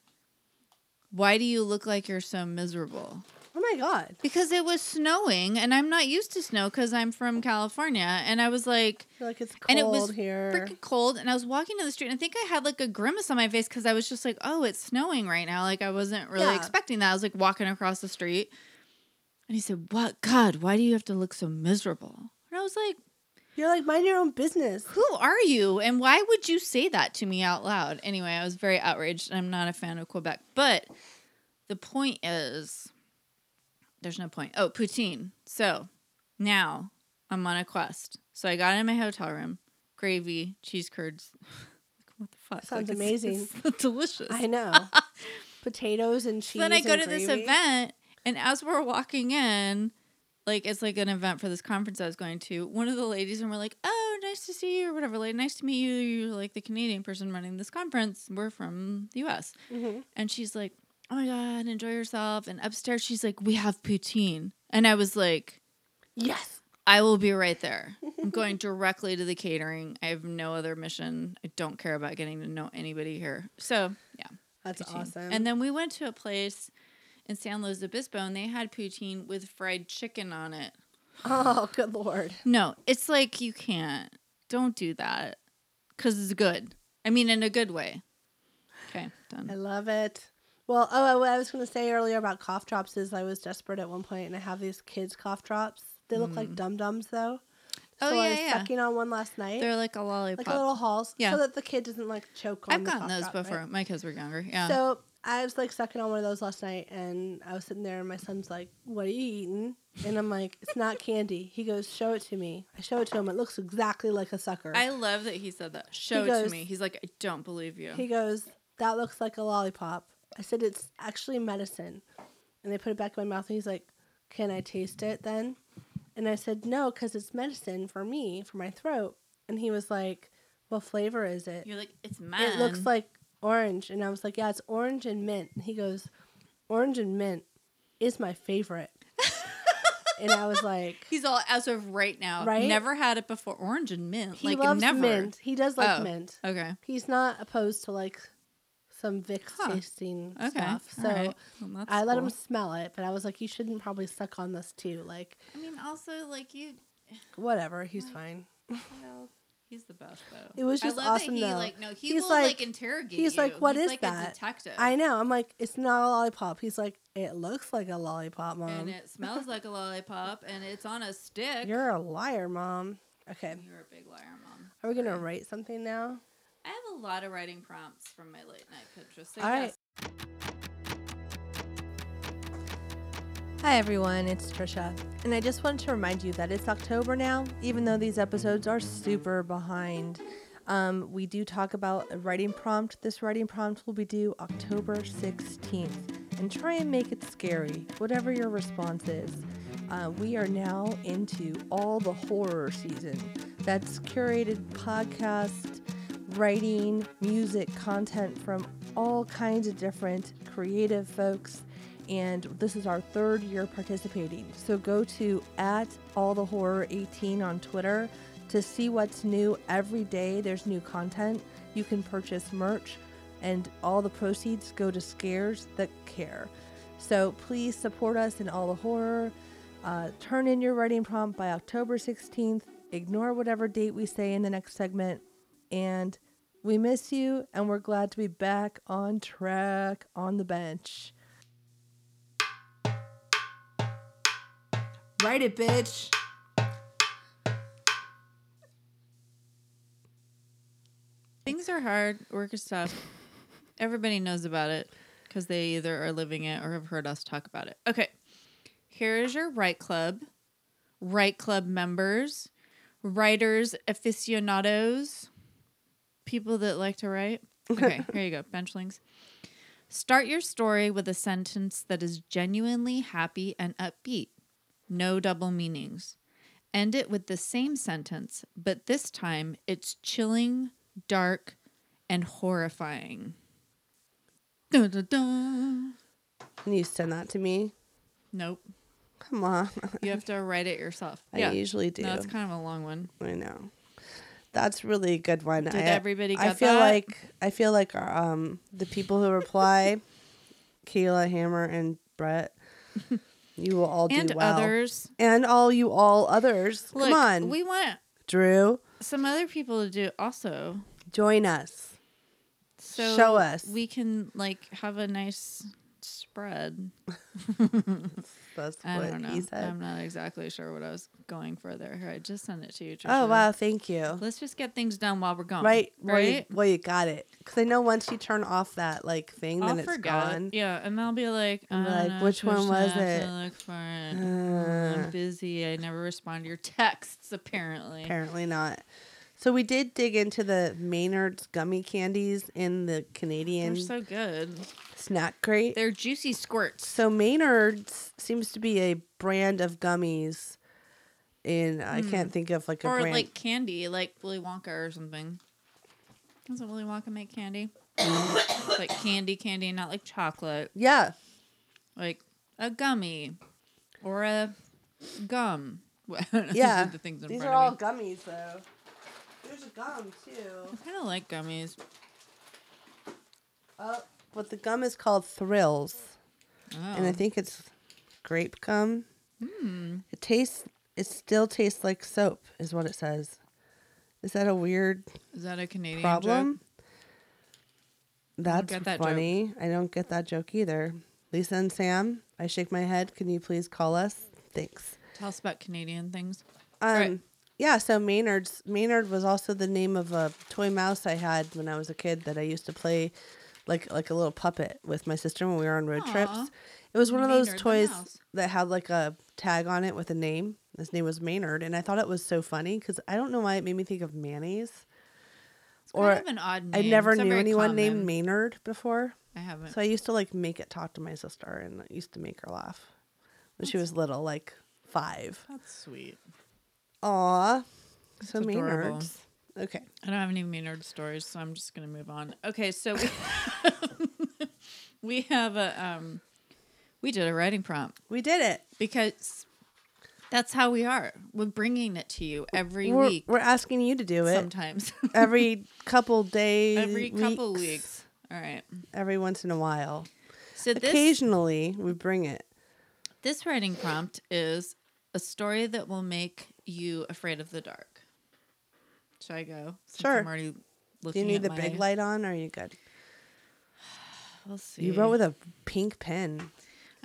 S2: Why do you look like you're so miserable?
S3: Oh my god,
S2: Because it was snowing and I'm not used to snow because I'm from California. And I was like,
S3: I feel like it's cold
S2: And it was
S3: here.
S2: freaking cold and i was walking down the street and i think i had like a grimace on my face because i was just like oh it's snowing right now like i wasn't really
S3: Yeah.
S2: expecting that i was like walking across the street and he said what god why do you have to look so miserable and i was like
S3: You're like mind your own business.
S2: who are you and why would you say that to me out loud anyway i was very outraged and i'm not a fan of quebec but the point is there's no point oh poutine so now i'm on a quest so i got in my hotel room gravy cheese curds (laughs) what the fuck
S3: Sounds
S2: it's-
S3: amazing.
S2: it's (laughs) delicious (laughs)
S3: I know. Potatoes and cheese.
S2: then I go
S3: and
S2: to this
S3: gravy.
S2: event, and as we're walking in, like it's like an event for this conference I was going to. One of the ladies and we're like, "Oh, nice to see you," or whatever. Like, nice to meet you. You're like the Canadian person running this conference. We're from the U.S.
S3: Mm-hmm.
S2: And she's like, "Oh my god, enjoy yourself." And upstairs, she's like, "We have poutine," and I was like.
S3: Yes.
S2: I will be right there.
S3: (laughs)
S2: I'm going directly to the catering. I have no other mission. I don't care about getting to know anybody here. So, yeah.
S3: That's
S2: poutine.
S3: awesome.
S2: And then we went to a place in San Luis Obispo and they had poutine with fried chicken on it.
S3: (laughs) oh, good lord.
S2: No, it's like you can't. Don't do that because it's good. I mean, in a good way. Okay,
S3: I
S2: done.
S3: love it. Well, oh, what I was going to say earlier about cough drops is I was desperate at one point and I have these kids' cough drops. They look like dum dums though.
S2: Mm. Oh,
S3: so I
S2: yeah,
S3: was
S2: yeah.
S3: sucking on one last night.
S2: They're like a lollipop.
S3: like a little halls
S2: Yeah.
S3: so that the kid doesn't like choke on
S2: I've
S3: the
S2: gotten
S3: cough
S2: those
S3: drop, right?
S2: before. My kids were younger. Yeah.
S3: So I was like sucking on one of those last night, and I was sitting there, and my son's like, "What are you eating?" And I'm like, "It's not candy." He goes, "Show it to me." I show it to him. It looks exactly like a sucker.
S2: I love that he said that. Show it to
S3: goes-
S2: me. He's like, I don't believe you.
S3: he goes, "That looks like a lollipop." I said, "It's actually medicine," and they put it back in my mouth, and he's like, "Can I taste it then?" And I said, "No, because it's medicine for me for my throat." And he was like, "What flavor is it?"
S2: You're like, it's mine.
S3: it looks like orange. And I was like, yeah, it's orange and mint. And he goes, orange and mint is
S2: (laughs)
S3: my favorite. and I was like,
S2: He's all as of right now.
S3: Right?
S2: Never had it before. Orange and mint.
S3: he
S2: like
S3: loves
S2: never.
S3: mint. He does like
S2: Oh,
S3: mint.
S2: Okay.
S3: He's not opposed to like some Vicks
S2: Huh.
S3: tasting
S2: Okay.
S3: stuff.
S2: All
S3: So
S2: right. Well, that's
S3: I let him
S2: cool.
S3: smell it, but I was like, you shouldn't probably suck on this too. Like,
S2: I mean, also like you.
S3: whatever. He's fine.
S2: Well, he's the best though.
S3: It was
S2: I
S3: just
S2: love That
S3: awesome,
S2: he,
S3: though.
S2: Like no, he
S3: He's
S2: will like,
S3: like-
S2: interrogate.
S3: he's like,
S2: you.
S3: "What
S2: he's
S3: is
S2: like A
S3: that?"
S2: detective.
S3: I know. I'm like, it's not a lollipop. He's like, it looks like a lollipop, mom.
S2: And it smells like a lollipop, and it's on a stick.
S3: You're a liar, mom. Okay.
S2: You're a big liar, mom.
S3: Are we going to write something now?
S2: I have a lot of writing prompts from my late night Pinterest. So
S3: All right.
S2: yes.
S1: Hi, everyone. It's Trisha. And I just wanted to remind you that it's October now, even though these episodes are super behind. Um, we do talk about a writing prompt. This writing prompt will be due October 16th. And try and make it scary, whatever your response is. Uh, we are now into all the horror season. That's curated podcast, writing, music, content from all kinds of different creative folks. And this is our third year participating. So go to at all the horror 18 on Twitter to see what's new every day. There's new content. You can purchase merch, and all the proceeds go to Scares That Care. So please support us in all the horror. Uh, turn in your writing prompt by October 16th. Ignore whatever date we say in the next segment. And we miss you, and we're glad to be back on track on the bench.
S4: Write it, bitch.
S2: Things are hard. Work is tough. Everybody knows about it because they either are living it or have heard us talk about it. Okay. Here is your Right Club, Right Club members, writers, aficionados, people that like to write. Okay, here you go, benchlings. Start your story with a sentence that is genuinely happy and upbeat. No double meanings. End it with the same sentence, but this time it's chilling, dark, and horrifying. Dun, dun, dun.
S3: Can you send that to me?
S2: Nope.
S3: Come on. (laughs)
S2: You have to write it yourself.
S3: I usually do.
S2: No, it's kind of a long one.
S3: I know. That's really a good one.
S2: Did
S3: I,
S2: everybody
S3: I
S2: get
S3: feel
S2: that?
S3: like I feel like our, um the people who reply, (laughs) Kayla Hammer and Brett,
S2: (laughs)
S3: you will all do
S2: and
S3: well.
S2: others.
S3: And all you all others.
S2: Look,
S3: Come on.
S2: We want
S3: Drew,
S2: some other people to do it also.
S3: join us.
S2: So
S3: Show us.
S2: We can like have a nice spread.
S3: That's
S2: I
S3: what
S2: don't know.
S3: he said.
S2: I'm not exactly sure what I was going for there. Here, I just sent it to you.
S3: oh
S2: Trisha.
S3: wow, thank you.
S2: Let's just get things done while we're gone.
S3: Right, Well, you,
S2: Right.
S3: well, you got it. Because I know once you turn off that like thing,
S2: I'll
S3: then it's
S2: forget.
S3: gone.
S2: Yeah, and I'll be like,
S3: I'll be
S2: "Oh,
S3: like,
S2: no,
S3: which one
S2: Krishna, I
S3: was
S2: have to
S3: it?" Uh.
S2: look for it. Mm, I'm busy. I never respond to your (laughs) texts. Apparently,
S3: Apparently not. So we did dig into the Maynard's gummy candies in the
S2: they're
S3: Canadian
S2: so good.
S3: snack crate.
S2: They're juicy squirts.
S3: So Maynard's seems to be a brand of gummies, and I can't think of like a
S2: Hmm. or
S3: brand.
S2: like candy, like Willy Wonka or something. Doesn't Willy Wonka make
S3: (coughs)
S2: candy? like candy, candy, not like chocolate,
S3: yeah,
S2: like a gummy or a gum. (laughs) I don't know. These
S3: yeah.
S2: are the things in
S3: These
S2: front
S3: are all
S2: of me.
S3: gummies though. There's a gum too.
S2: I kind of like gummies.
S3: Oh, but the gum is called Thrills.
S2: Oh.
S3: and I think it's grape gum. It tastes. It still tastes like soap, is what it says. Is that a weird
S2: Is that a Canadian
S3: problem?
S2: joke?
S3: That's
S2: get that joke.
S3: funny. I don't get that joke either. Lisa and Sam, I shake my head. Can you please call us? Thanks.
S2: Tell us about Canadian things.
S3: Um,
S2: Right.
S3: Yeah, so Maynard's Maynard was also the name of a toy mouse I had when I was a kid that I used to play like like a little puppet with my sister when we were on road
S2: Aw.
S3: trips. It was one of
S2: Maynard
S3: those
S2: the
S3: toys
S2: mouse.
S3: that had like a tag on it with a name. His name was Maynard, and I thought it was so funny because I don't know why it made me think of mayonnaise.
S2: It's kind
S3: Or
S2: of an odd
S3: I
S2: name.
S3: never
S2: It's not
S3: knew
S2: very
S3: anyone
S2: common.
S3: named Maynard before,
S2: I haven't.
S3: so I used to like make it talk to my sister, and it used to make her laugh when she was little, like five.
S2: That's sweet.
S3: Aw. So
S2: adorable.
S3: Maynard's. Okay.
S2: I don't have any Maynard stories, so I'm just gonna move on. Okay, so we (laughs)
S3: (laughs)
S2: we have a um we did a writing prompt
S3: We did it.
S2: because that's how we are. We're bringing it to you every
S3: We're,
S2: week,
S3: we're asking you to do
S2: (laughs)
S3: it
S2: sometimes
S3: every couple
S2: (laughs)
S3: days.
S2: every couple weeks. All right.
S3: Every once in a while.
S2: So this
S3: Occasionally, we bring it.
S2: this writing prompt is a story that will make you afraid of the dark. Should I go? Since
S3: Sure.
S2: I'm already
S3: Do
S2: looking.
S3: you need
S2: at
S3: the
S2: my-
S3: big light on? Or are you good?
S2: We'll see.
S3: You wrote with a pink pen.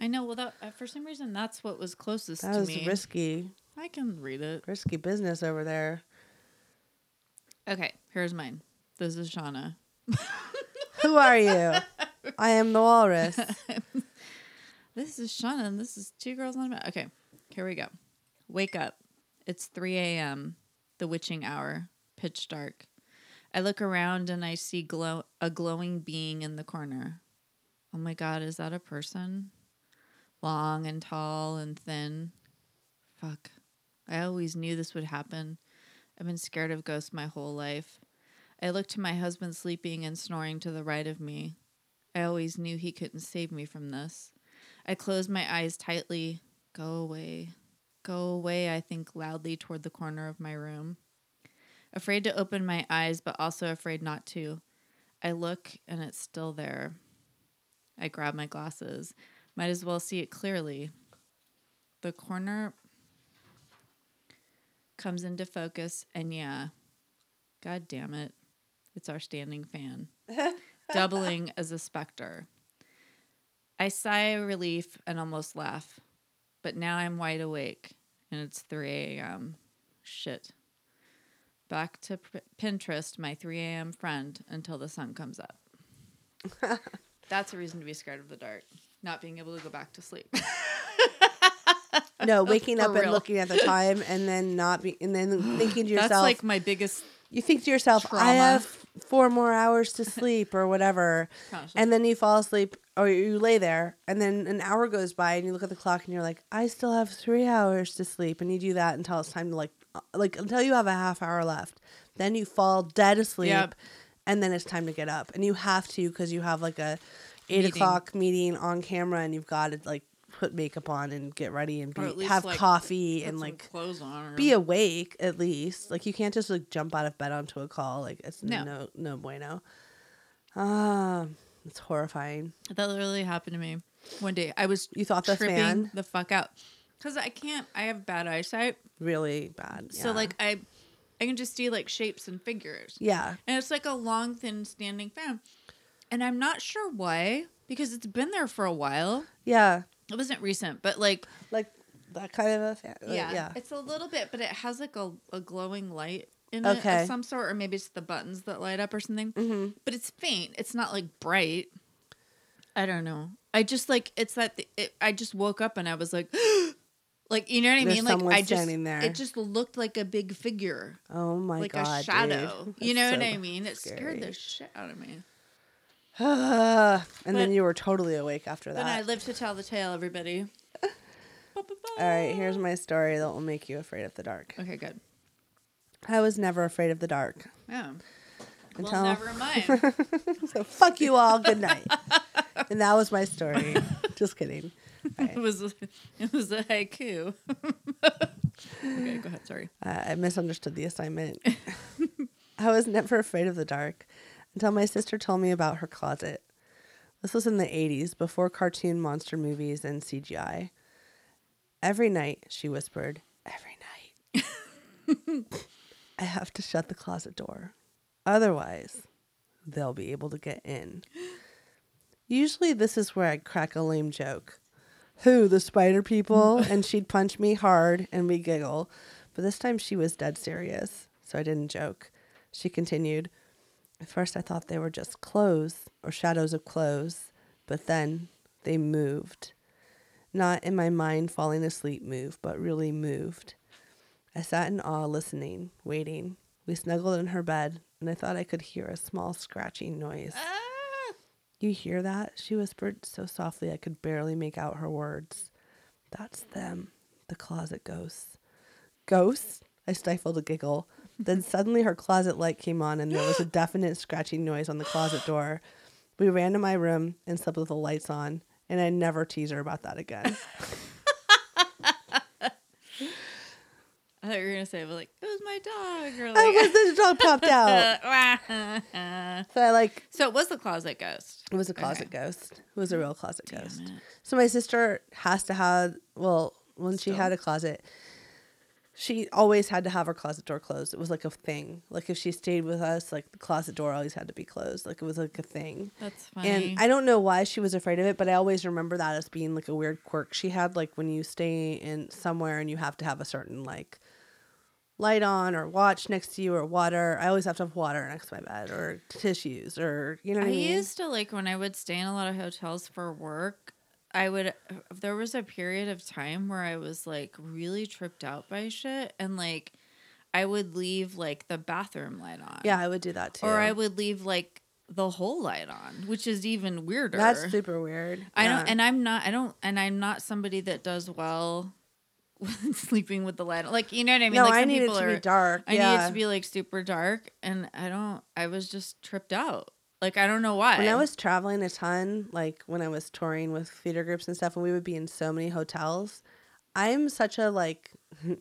S2: I know. Well, that, uh, for some reason, that's what was closest
S3: That
S2: to
S3: was
S2: me.
S3: risky,
S2: I can read it.
S3: risky business over there.
S2: Okay, here's mine. This is Shauna.
S3: Who are you?
S2: (laughs)
S3: I am the walrus.
S2: This is Shauna, and this is two girls on a mat. Okay, here we go. Wake up. It's 3 a.m., the witching hour, pitch dark. I look around and I see glow- a glowing being in the corner. Oh my God, is that a person? Long and tall and thin. Fuck. I always knew this would happen. I've been scared of ghosts my whole life. I look to my husband sleeping and snoring to the right of me. I always knew he couldn't save me from this. I close my eyes tightly. Go away. Go away, I think loudly toward the corner of my room. Afraid to open my eyes, but also afraid not to. I look and it's still there. I grab my glasses. Might as well see it clearly. The corner comes into focus, and yeah, god damn it, it's our standing fan, doubling as a specter. I sigh relief and almost laugh, but now I'm wide awake and it's 3 a.m. Shit. Back to P- Pinterest, my 3 a.m. friend, until the sun comes up.
S1: (laughs)
S2: That's a reason to be scared of the dark, not being able to go back to sleep. (laughs)
S3: No, waking up and
S2: real.
S3: looking at the time, and then not be, and then thinking to yourself,
S2: That's like my biggest
S3: you think to yourself,
S2: Trauma.
S3: I have
S1: four more
S2: (laughs)
S1: hours to sleep or whatever. And then you fall asleep or you lay there and then an hour goes by and you look at the clock and you're like, I still have three hours to sleep. And you do that until it's time to like, uh, like until you have a half hour left. Then you fall dead asleep
S2: Yep.
S1: and then it's time to get up. And you have to because you have like a eight o'clock meeting on camera and you've got to like put makeup on and get ready and be,
S2: Or at least,
S1: have
S2: like,
S1: coffee and
S2: some
S1: like
S2: clothes on or
S1: be awake at least. Like you can't just like jump out of bed onto a call. Like it's
S2: No.
S1: no no, bueno. Ah, it's horrifying.
S2: That literally happened to me one day. I was
S1: You thought the
S2: tripping
S1: fan?
S2: the fuck out because I can't. I have bad eyesight,
S1: Really bad.
S2: so
S1: yeah.
S2: like I, I can just see like shapes and figures,
S1: yeah,
S2: and it's like a long, thin, standing fan, and I'm not sure why because it's been there for a while.
S1: yeah,
S2: It wasn't recent, but like
S1: like that kind of a fan. like,
S2: yeah,
S1: Uh, yeah,
S2: it's a little bit, but it has like a, a glowing light in it
S1: Okay. Mm-hmm.
S2: of some sort, or maybe it's the buttons that light up or something. But it's faint. It's not like bright. I don't know. I just like it's that th- it, I just woke up and I was like, (gasps) like you know what I
S1: There's
S2: mean? Like
S1: someone
S2: I just
S1: standing there.
S2: it just looked like a big figure,
S1: Oh my
S2: like
S1: god,
S2: a shadow.
S1: dude.
S2: You know
S1: That's
S2: what
S1: so
S2: I mean? It
S1: scary.
S2: scared the shit out of me.
S1: Ah, (sighs) and
S2: But-
S1: then you were totally awake after
S2: Then I
S1: that.
S2: live to tell the tale, everybody.
S1: All right, here's my story that will make you afraid of the dark.
S2: Okay, good.
S1: I was never afraid of the dark.
S2: Yeah. Well,
S1: Until-
S2: never mind.
S1: (laughs) So fuck you all.
S2: (laughs)
S1: Good night. and that was my story. Just kidding. All right.
S2: It was it was a haiku. (laughs) okay, go ahead. Sorry.
S1: Uh, I misunderstood the assignment. (laughs) I was never afraid of the dark until my sister told me about her closet. This was in the 80s, before cartoon monster movies and CGI. Every night, she whispered, every night, (laughs) I have to shut the closet door. Otherwise, they'll be able to get in. Usually, this is where I'd crack a lame joke. Who, the spider people? and she'd punch me hard and we giggle. But this time she was dead serious, so I didn't joke. She continued, At first I thought they were just clothes or shadows of clothes, but then they moved. Not in my mind falling asleep move, but really moved. I sat in awe, listening, waiting. We snuggled in her bed, and I thought I could hear a small scratching noise.
S2: Ah,
S1: You hear that? She whispered so softly I could barely make out her words. That's them, the closet ghosts. Ghosts? I stifled a giggle. Then suddenly her closet light came on and there was a definite scratching noise on the closet door. We ran to my room and slept with the lights on, and I never tease her about that again.
S2: I thought you were gonna say, but like it was my dog, or
S1: I
S2: like.
S1: was the dog popped out.
S2: (laughs)
S1: So I like
S2: so it was the closet ghost.
S1: It was a closet ghost. It was a real closet ghost. So my sister has to have well, when she had a closet, she always had to have her closet door closed. It was like a thing. Like if she stayed with us, like the closet door always had to be closed. Like it was like a thing.
S2: That's funny.
S1: And I don't know why she was afraid of it, but I always remember that as being like a weird quirk she had. Like when you stay in somewhere and you have to have a certain like light on or watch next to you or water. I always have to have water next to my bed or tissues or you know what I,
S2: I
S1: mean.
S2: used to like when I would stay in a lot of hotels for work. I would. There was a period of time where I was like really tripped out by shit, and like I would leave like the bathroom light on.
S1: Yeah, I would do that too.
S2: Or I would leave like the whole light on, which is even weirder.
S1: That's super weird.
S2: I don't,
S1: Yeah.
S2: and I'm not, I don't, and I'm not somebody that does well (laughs) with sleeping with the light. on. Like, you know what I mean?
S1: no,
S2: like,
S1: I
S2: some
S1: need it
S2: people
S1: to
S2: are-
S1: be dark.
S2: I
S1: yeah.
S2: need it to be like super dark, and I don't. I was just tripped out. Like, I don't know why.
S1: When I was traveling a ton, like when I was touring with theater groups and stuff, and we would be in so many hotels, I'm such a like,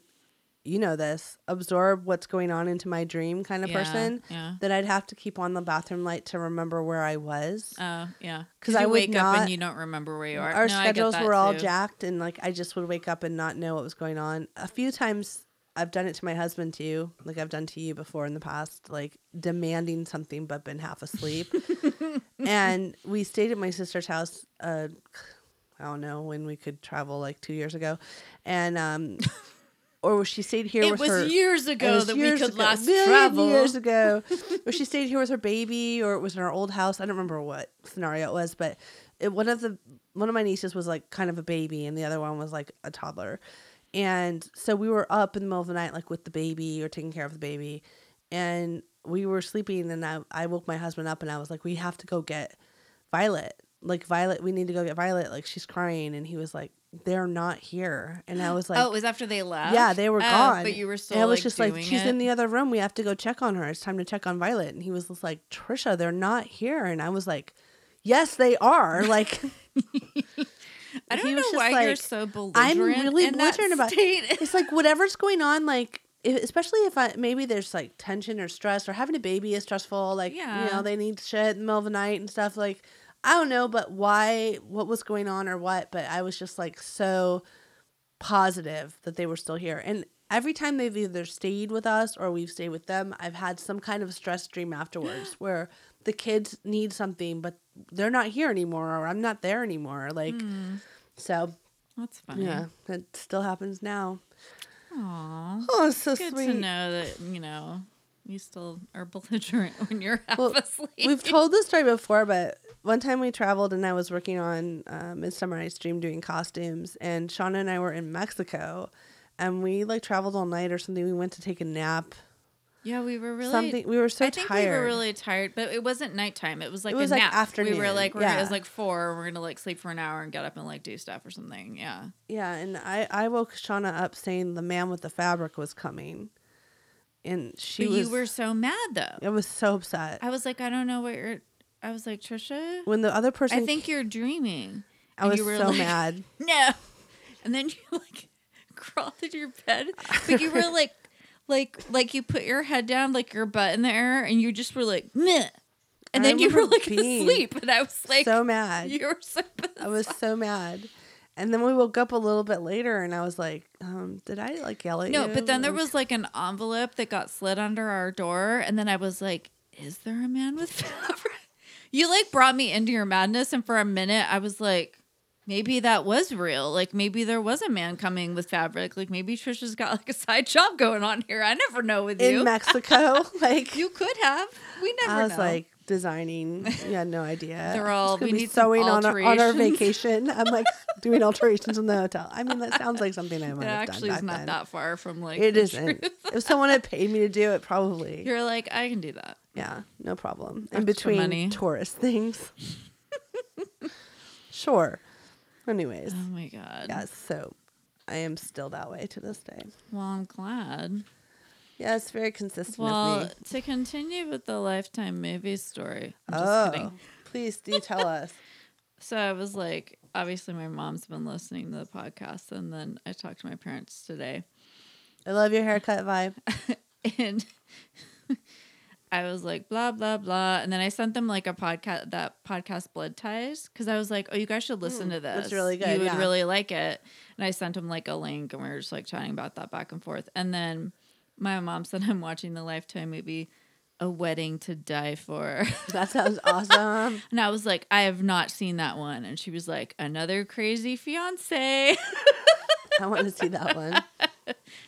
S1: (laughs) you know this, absorb what's going on into my dream kind of
S2: Yeah,
S1: person
S2: yeah.
S1: that I'd have to keep on the bathroom light to remember where I was.
S2: oh yeah,
S1: 'Cause I
S2: you
S1: would
S2: wake up
S1: not-
S2: and you don't remember where you are.
S1: Our
S2: No, I get
S1: schedules
S2: that
S1: were all
S2: too.
S1: jacked, and like I just would wake up and not know what was going on. A few times I've done it to my husband too, like I've done to you before in the past, like demanding something but been
S2: (laughs)
S1: half asleep. and we stayed at my sister's house. Uh, I don't know when we could travel, like two years ago, and um,
S2: (laughs)
S1: or she stayed here.
S2: It
S1: with
S2: was
S1: her,
S2: years
S1: it
S2: ago
S1: was
S2: that
S1: years
S2: we could
S1: ago,
S2: last
S1: million
S2: travel. (laughs)
S1: years ago. where she stayed here with her baby, or it was in our old house. I don't remember what scenario it was, but it, one of the one of my nieces was like kind of a baby, and the other one was like a toddler. And so we were up in the middle of the night, like with the baby or taking care of the baby, and we were sleeping and I, I woke my husband up and I was like, we have to go get Violet. Like, Violet, we need to go get Violet. Like, she's crying. And he was like, they're not here. And I was like,
S2: oh, it was after they left. Oh, um,
S1: yeah, they were gone.
S2: But you were still.
S1: And I was
S2: like,
S1: just like,
S2: doing
S1: she's in
S2: it.
S1: the other room. We have to go check on her. It's time to check on Violet. And he was just like, Trisha, they're not here. And I was like, yes, they are. (laughs) Like,
S2: I don't
S1: he
S2: know
S1: was just
S2: why you're
S1: like,
S2: so belligerent.
S1: I'm really
S2: in that
S1: belligerent about
S2: state.
S1: (laughs) it's like whatever's going on, like if, especially if I maybe there's like tension or stress or having a baby is stressful. Like you
S2: Yeah.
S1: know they need shit in the middle of the night and stuff. Like I don't know, but why? What was going on or what? But I was just like so positive that they were still here. And every time they've either stayed with us or we've stayed with them, I've had some kind of stress dream afterwards where the kids need something, but they're not here anymore or I'm not there anymore. Like so.
S2: That's funny.
S1: Yeah, it still happens now.
S2: Aw.
S1: Oh, it's so
S2: Good
S1: sweet.
S2: to know that you know you still are belligerent (laughs) when you're half
S1: Well,
S2: asleep.
S1: We've told this story before, but one time we traveled and I was working on uh, Midsummer Night's Dream doing costumes, and Shauna and I were in Mexico, and we like traveled all night or something. We went to take a nap.
S2: yeah, we were really
S1: something we were so
S2: I think
S1: tired.
S2: we were really tired, but it wasn't nighttime. It was like
S1: It was,
S2: a
S1: like,
S2: nap. We were
S1: afternoon,
S2: like we're gonna- it was
S1: yeah.
S2: like four. We're gonna like sleep for an hour and get up and like do stuff or something. Yeah.
S1: yeah, and I I woke Shauna up saying the man with the fabric was coming, and she
S2: but
S1: was.
S2: you were so mad though.
S1: I was so upset
S2: I was like, I don't know what you're. I was like, Trisha,
S1: when the other person.
S2: I think you're dreaming.
S1: I
S2: And
S1: was
S2: you were
S1: so
S2: like,
S1: mad.
S2: No. And then (laughs) you like crawled into your bed, but you were
S1: (laughs)
S2: like, like, like you put your head down, like your butt in the air, and you just were like, meh. And
S1: I
S2: then you were
S1: remember
S2: like
S1: being
S2: asleep, and I was (laughs) like,
S1: so mad.
S2: you were so.
S1: I was so mad. And then we woke up a little bit later, and I was like, um, "Did I like yell at you?"
S2: No, but then there
S1: Like,
S2: was like an envelope that got slid under our door, and then I was like, "Is there a man with (laughs) fabric?" You like brought me into your madness, and for a minute I was like, "Maybe that was real. Like maybe there was a man coming with fabric. Like maybe Trisha's got like a side job going on here. I never know with
S1: in
S2: you. (laughs)
S1: Mexico. (laughs) like
S2: you could have. We never.
S1: I was
S2: know.
S1: like designing. Yeah, no idea.
S2: (laughs) They're
S1: I'm just
S2: all-
S1: gonna
S2: we
S1: be
S2: need some
S1: sewing on our, on our
S2: alterations.
S1: vacation.
S2: (laughs)
S1: I'm like doing alterations in the hotel. I mean, that sounds like something I might
S2: that
S1: have done.
S2: actually is
S1: back
S2: not
S1: then.
S2: that far from like
S1: It
S2: the
S1: isn't.
S2: truth. (laughs)
S1: if someone had paid me to do it, probably.
S2: You're like, I can do that.
S1: yeah, no problem.
S2: Extra
S1: in between
S2: money. (laughs)
S1: tourist things. sure. Anyways,
S2: Oh my god.
S1: yeah. So, I am still that way to this day.
S2: Well, I'm glad.
S1: Yeah, it's very consistent
S2: Well,
S1: with me.
S2: to continue with the Lifetime movie story, I'm just
S1: Oh,
S2: kidding. (laughs)
S1: please do tell us.
S2: So I was like, obviously, my mom's been listening to the podcast, and then I talked to my parents today, (laughs)
S1: I love your haircut vibe.
S2: and I was like, blah blah blah, and then I sent them like a podcast that podcast Blood Ties because I was like, oh, you guys should listen to this.
S1: Hmm, that's really good,
S2: You would
S1: yeah.
S2: really like it. And I sent them like a link, and we were just like chatting about that back and forth, and then my mom said (laughs) I'm watching the Lifetime movie. A wedding to die for. (laughs)
S1: That sounds awesome.
S2: And I was like, I have not seen that one. And she was like, another crazy fiance. (laughs)
S1: I want to see that one.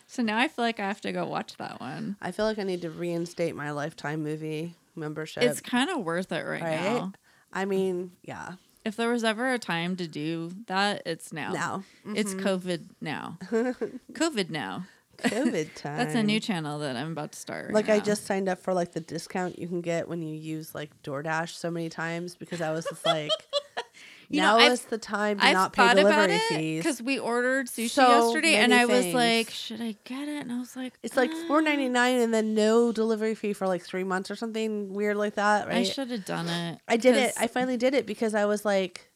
S2: so now I feel like I have to go watch that one.
S1: I feel like I need to reinstate my lifetime movie membership.
S2: It's kind of worth it right,
S1: right?
S2: now.
S1: I mean, yeah.
S2: If there was ever a time to do that, it's now.
S1: Now. Mm-hmm.
S2: It's COVID
S1: (laughs)
S2: now. COVID now.
S1: COVID
S2: (laughs)
S1: time.
S2: That's a new channel that I'm about to start. right
S1: Like I
S2: now.
S1: just signed up for like the discount you can get when you use like DoorDash so many times because I was just like,
S2: (laughs) You know,
S1: now
S2: I've-
S1: is the time to
S2: I've
S1: not pay
S2: thought about
S1: delivery
S2: it
S1: fees.
S2: because we ordered sushi
S1: So
S2: yesterday, and
S1: many
S2: I was
S1: things.
S2: like, should I get it? And I was like,
S1: It's like
S2: "Ah,
S1: four ninety nine and then no delivery fee for like three months or something weird like that, right?
S2: I should have done it.
S1: I did it.
S2: 'cause
S1: I finally did it because I was like,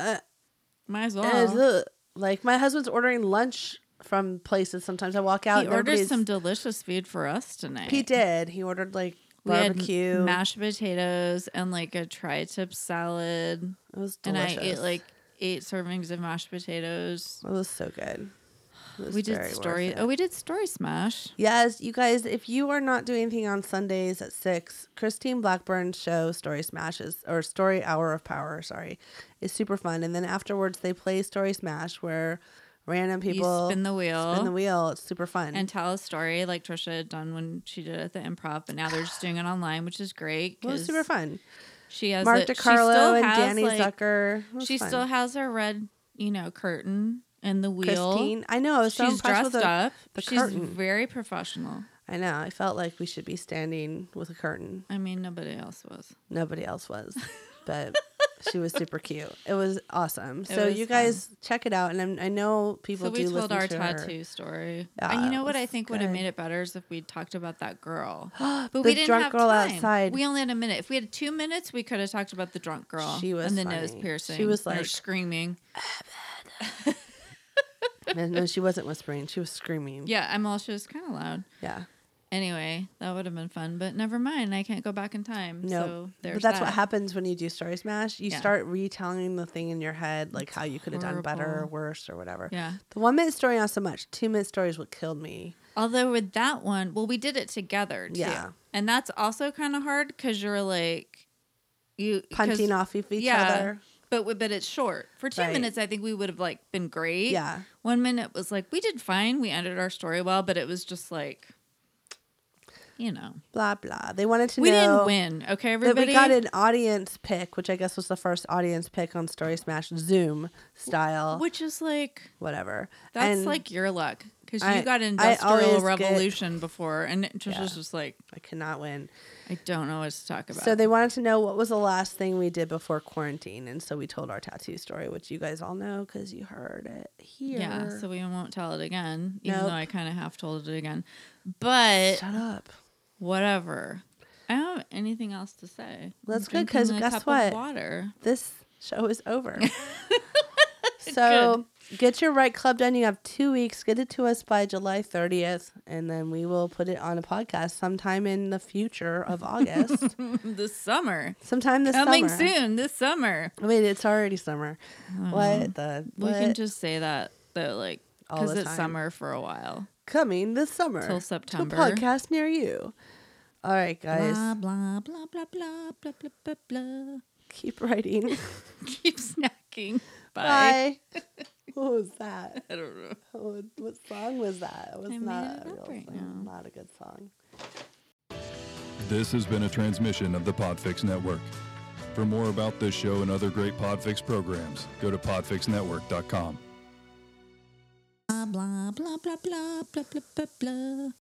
S2: might as well.
S1: eh, look. like my husband's ordering lunch from places. Sometimes I walk out.
S2: He
S1: and
S2: ordered
S1: everybody's-
S2: some delicious food for us tonight.
S1: He did. He ordered like
S2: We had
S1: barbecue.
S2: mashed potatoes, and like a tri-tip salad.
S1: it was
S2: And
S1: delicious.
S2: I ate like eight servings of mashed potatoes.
S1: it was so good. It was
S2: we did
S1: very worth
S2: story.
S1: it.
S2: Oh, we did story smash.
S1: Yes, you guys, if you are not doing anything on Sundays at 6, Christine Blackburn's show, Story Smashes, or Story Hour of Power, sorry, is super fun. And then afterwards, they play Story Smash where random people
S2: spin the wheel.
S1: Spin the wheel. It's super fun.
S2: And tell a story like Trisha had done when she did it at the improv, but now they're just doing it online, which is great.
S1: it was
S2: 'cause
S1: super fun.
S2: She has
S1: Mark
S2: it- she
S1: DiCarlo
S2: still
S1: and
S2: has,
S1: Danny
S2: like-
S1: Zucker. It was
S2: She
S1: fun.
S2: still has her red, you know, curtain and the wheel.
S1: Christine. I know. I was so
S2: She's
S1: impressed
S2: dressed
S1: with the,
S2: up.
S1: the
S2: She's
S1: curtain.
S2: very professional.
S1: I know. I felt like we should be standing with a curtain.
S2: I mean, nobody else was.
S1: Nobody
S2: (laughs)
S1: else was, but she was super cute. It was awesome. so
S2: was
S1: you guys check it out, and I'm, I know people
S2: So we
S1: do
S2: told
S1: listen
S2: our
S1: to her.
S2: tattoo story.
S1: Yeah,
S2: and you
S1: it
S2: know what I
S1: was
S2: think would have
S1: good.
S2: made it better is if we talked about that
S1: (gasps)
S2: girl. but
S1: The
S2: we didn't
S1: drunk
S2: have
S1: girl
S2: time.
S1: outside.
S2: We only had a minute. If we had two minutes, we could have talked about the drunk girl.
S1: She was
S2: and the nose
S1: funny. She
S2: piercing.
S1: was
S2: and her
S1: like-
S2: screaming.
S1: (laughs) And no, she wasn't whispering; she was screaming.
S2: Yeah, I'm all she was kind of loud.
S1: Yeah.
S2: Anyway, that would have been fun, but never mind. I can't go back in time.
S1: No,
S2: so there's
S1: but that's
S2: that.
S1: what happens when you do story smash. You
S2: Yeah.
S1: start retelling the thing in your head, like how you could have done better or
S2: horrible.
S1: worse or whatever.
S2: Yeah.
S1: The one minute story not so much. Two minute story is what killed me.
S2: Although with that one, well, we did it together. Too.
S1: Yeah.
S2: and that's also kind of hard because you're like you 'cause-
S1: Punting off of each other.
S2: But w- but it's short. For two
S1: Right.
S2: minutes, I think we would have like been great.
S1: Yeah.
S2: One minute was like we did fine. We ended our story well, but it was just like, you know,
S1: Blah blah. They wanted to
S2: we
S1: know
S2: didn't win. Okay,
S1: that
S2: everybody.
S1: we got an audience pick, which I guess was the first audience pick on Story Smash Zoom style,
S2: Which is like
S1: whatever.
S2: that's
S1: And
S2: like your luck because you
S1: I-
S2: got
S1: I
S2: industrial
S1: always get-
S2: revolution before, and Trisha's just like,
S1: I cannot win.
S2: I don't know what to talk about.
S1: So they wanted to know what was the last thing we did before quarantine, and so we told our tattoo story, which you guys all know because you heard it here.
S2: Yeah, so we won't tell it again, even
S1: Nope.
S2: though I kind of half told it again. But
S1: shut up.
S2: whatever. I don't have anything else to say.
S1: That's
S2: I'm drinking
S1: good, 'cause
S2: a
S1: guess
S2: cup of
S1: what?
S2: Water. (laughs)
S1: This show is over. so get your right club done. You have two weeks. Get it to us by July 30th, and then we will put it on a podcast sometime in the future
S2: (laughs)
S1: of August.
S2: this summer.
S1: sometime this
S2: Coming
S1: summer.
S2: soon this summer.
S1: Wait, it's already summer. What the?
S2: We can
S1: what?
S2: just say that though, like
S1: All
S2: because
S1: the
S2: it's
S1: time.
S2: summer for a while.
S1: coming this summer
S2: Till September.
S1: To a podcast near you. All right, guys,
S2: Blah blah blah blah blah blah blah blah blah. (laughs)
S1: keep writing.
S2: Keep snacking. Bye.
S1: (laughs) Bye. what was that?
S2: I don't know.
S1: What, what song was that? It was
S2: made
S1: not
S2: it
S1: a
S2: up
S1: real
S2: right
S1: song.
S2: now.
S1: Not a good song.
S5: This has been a transmission of the Podfix Network. For more about this show and other great Podfix programs, go to podfixnetwork.com.
S2: Blah blah blah blah blah blah blah blah.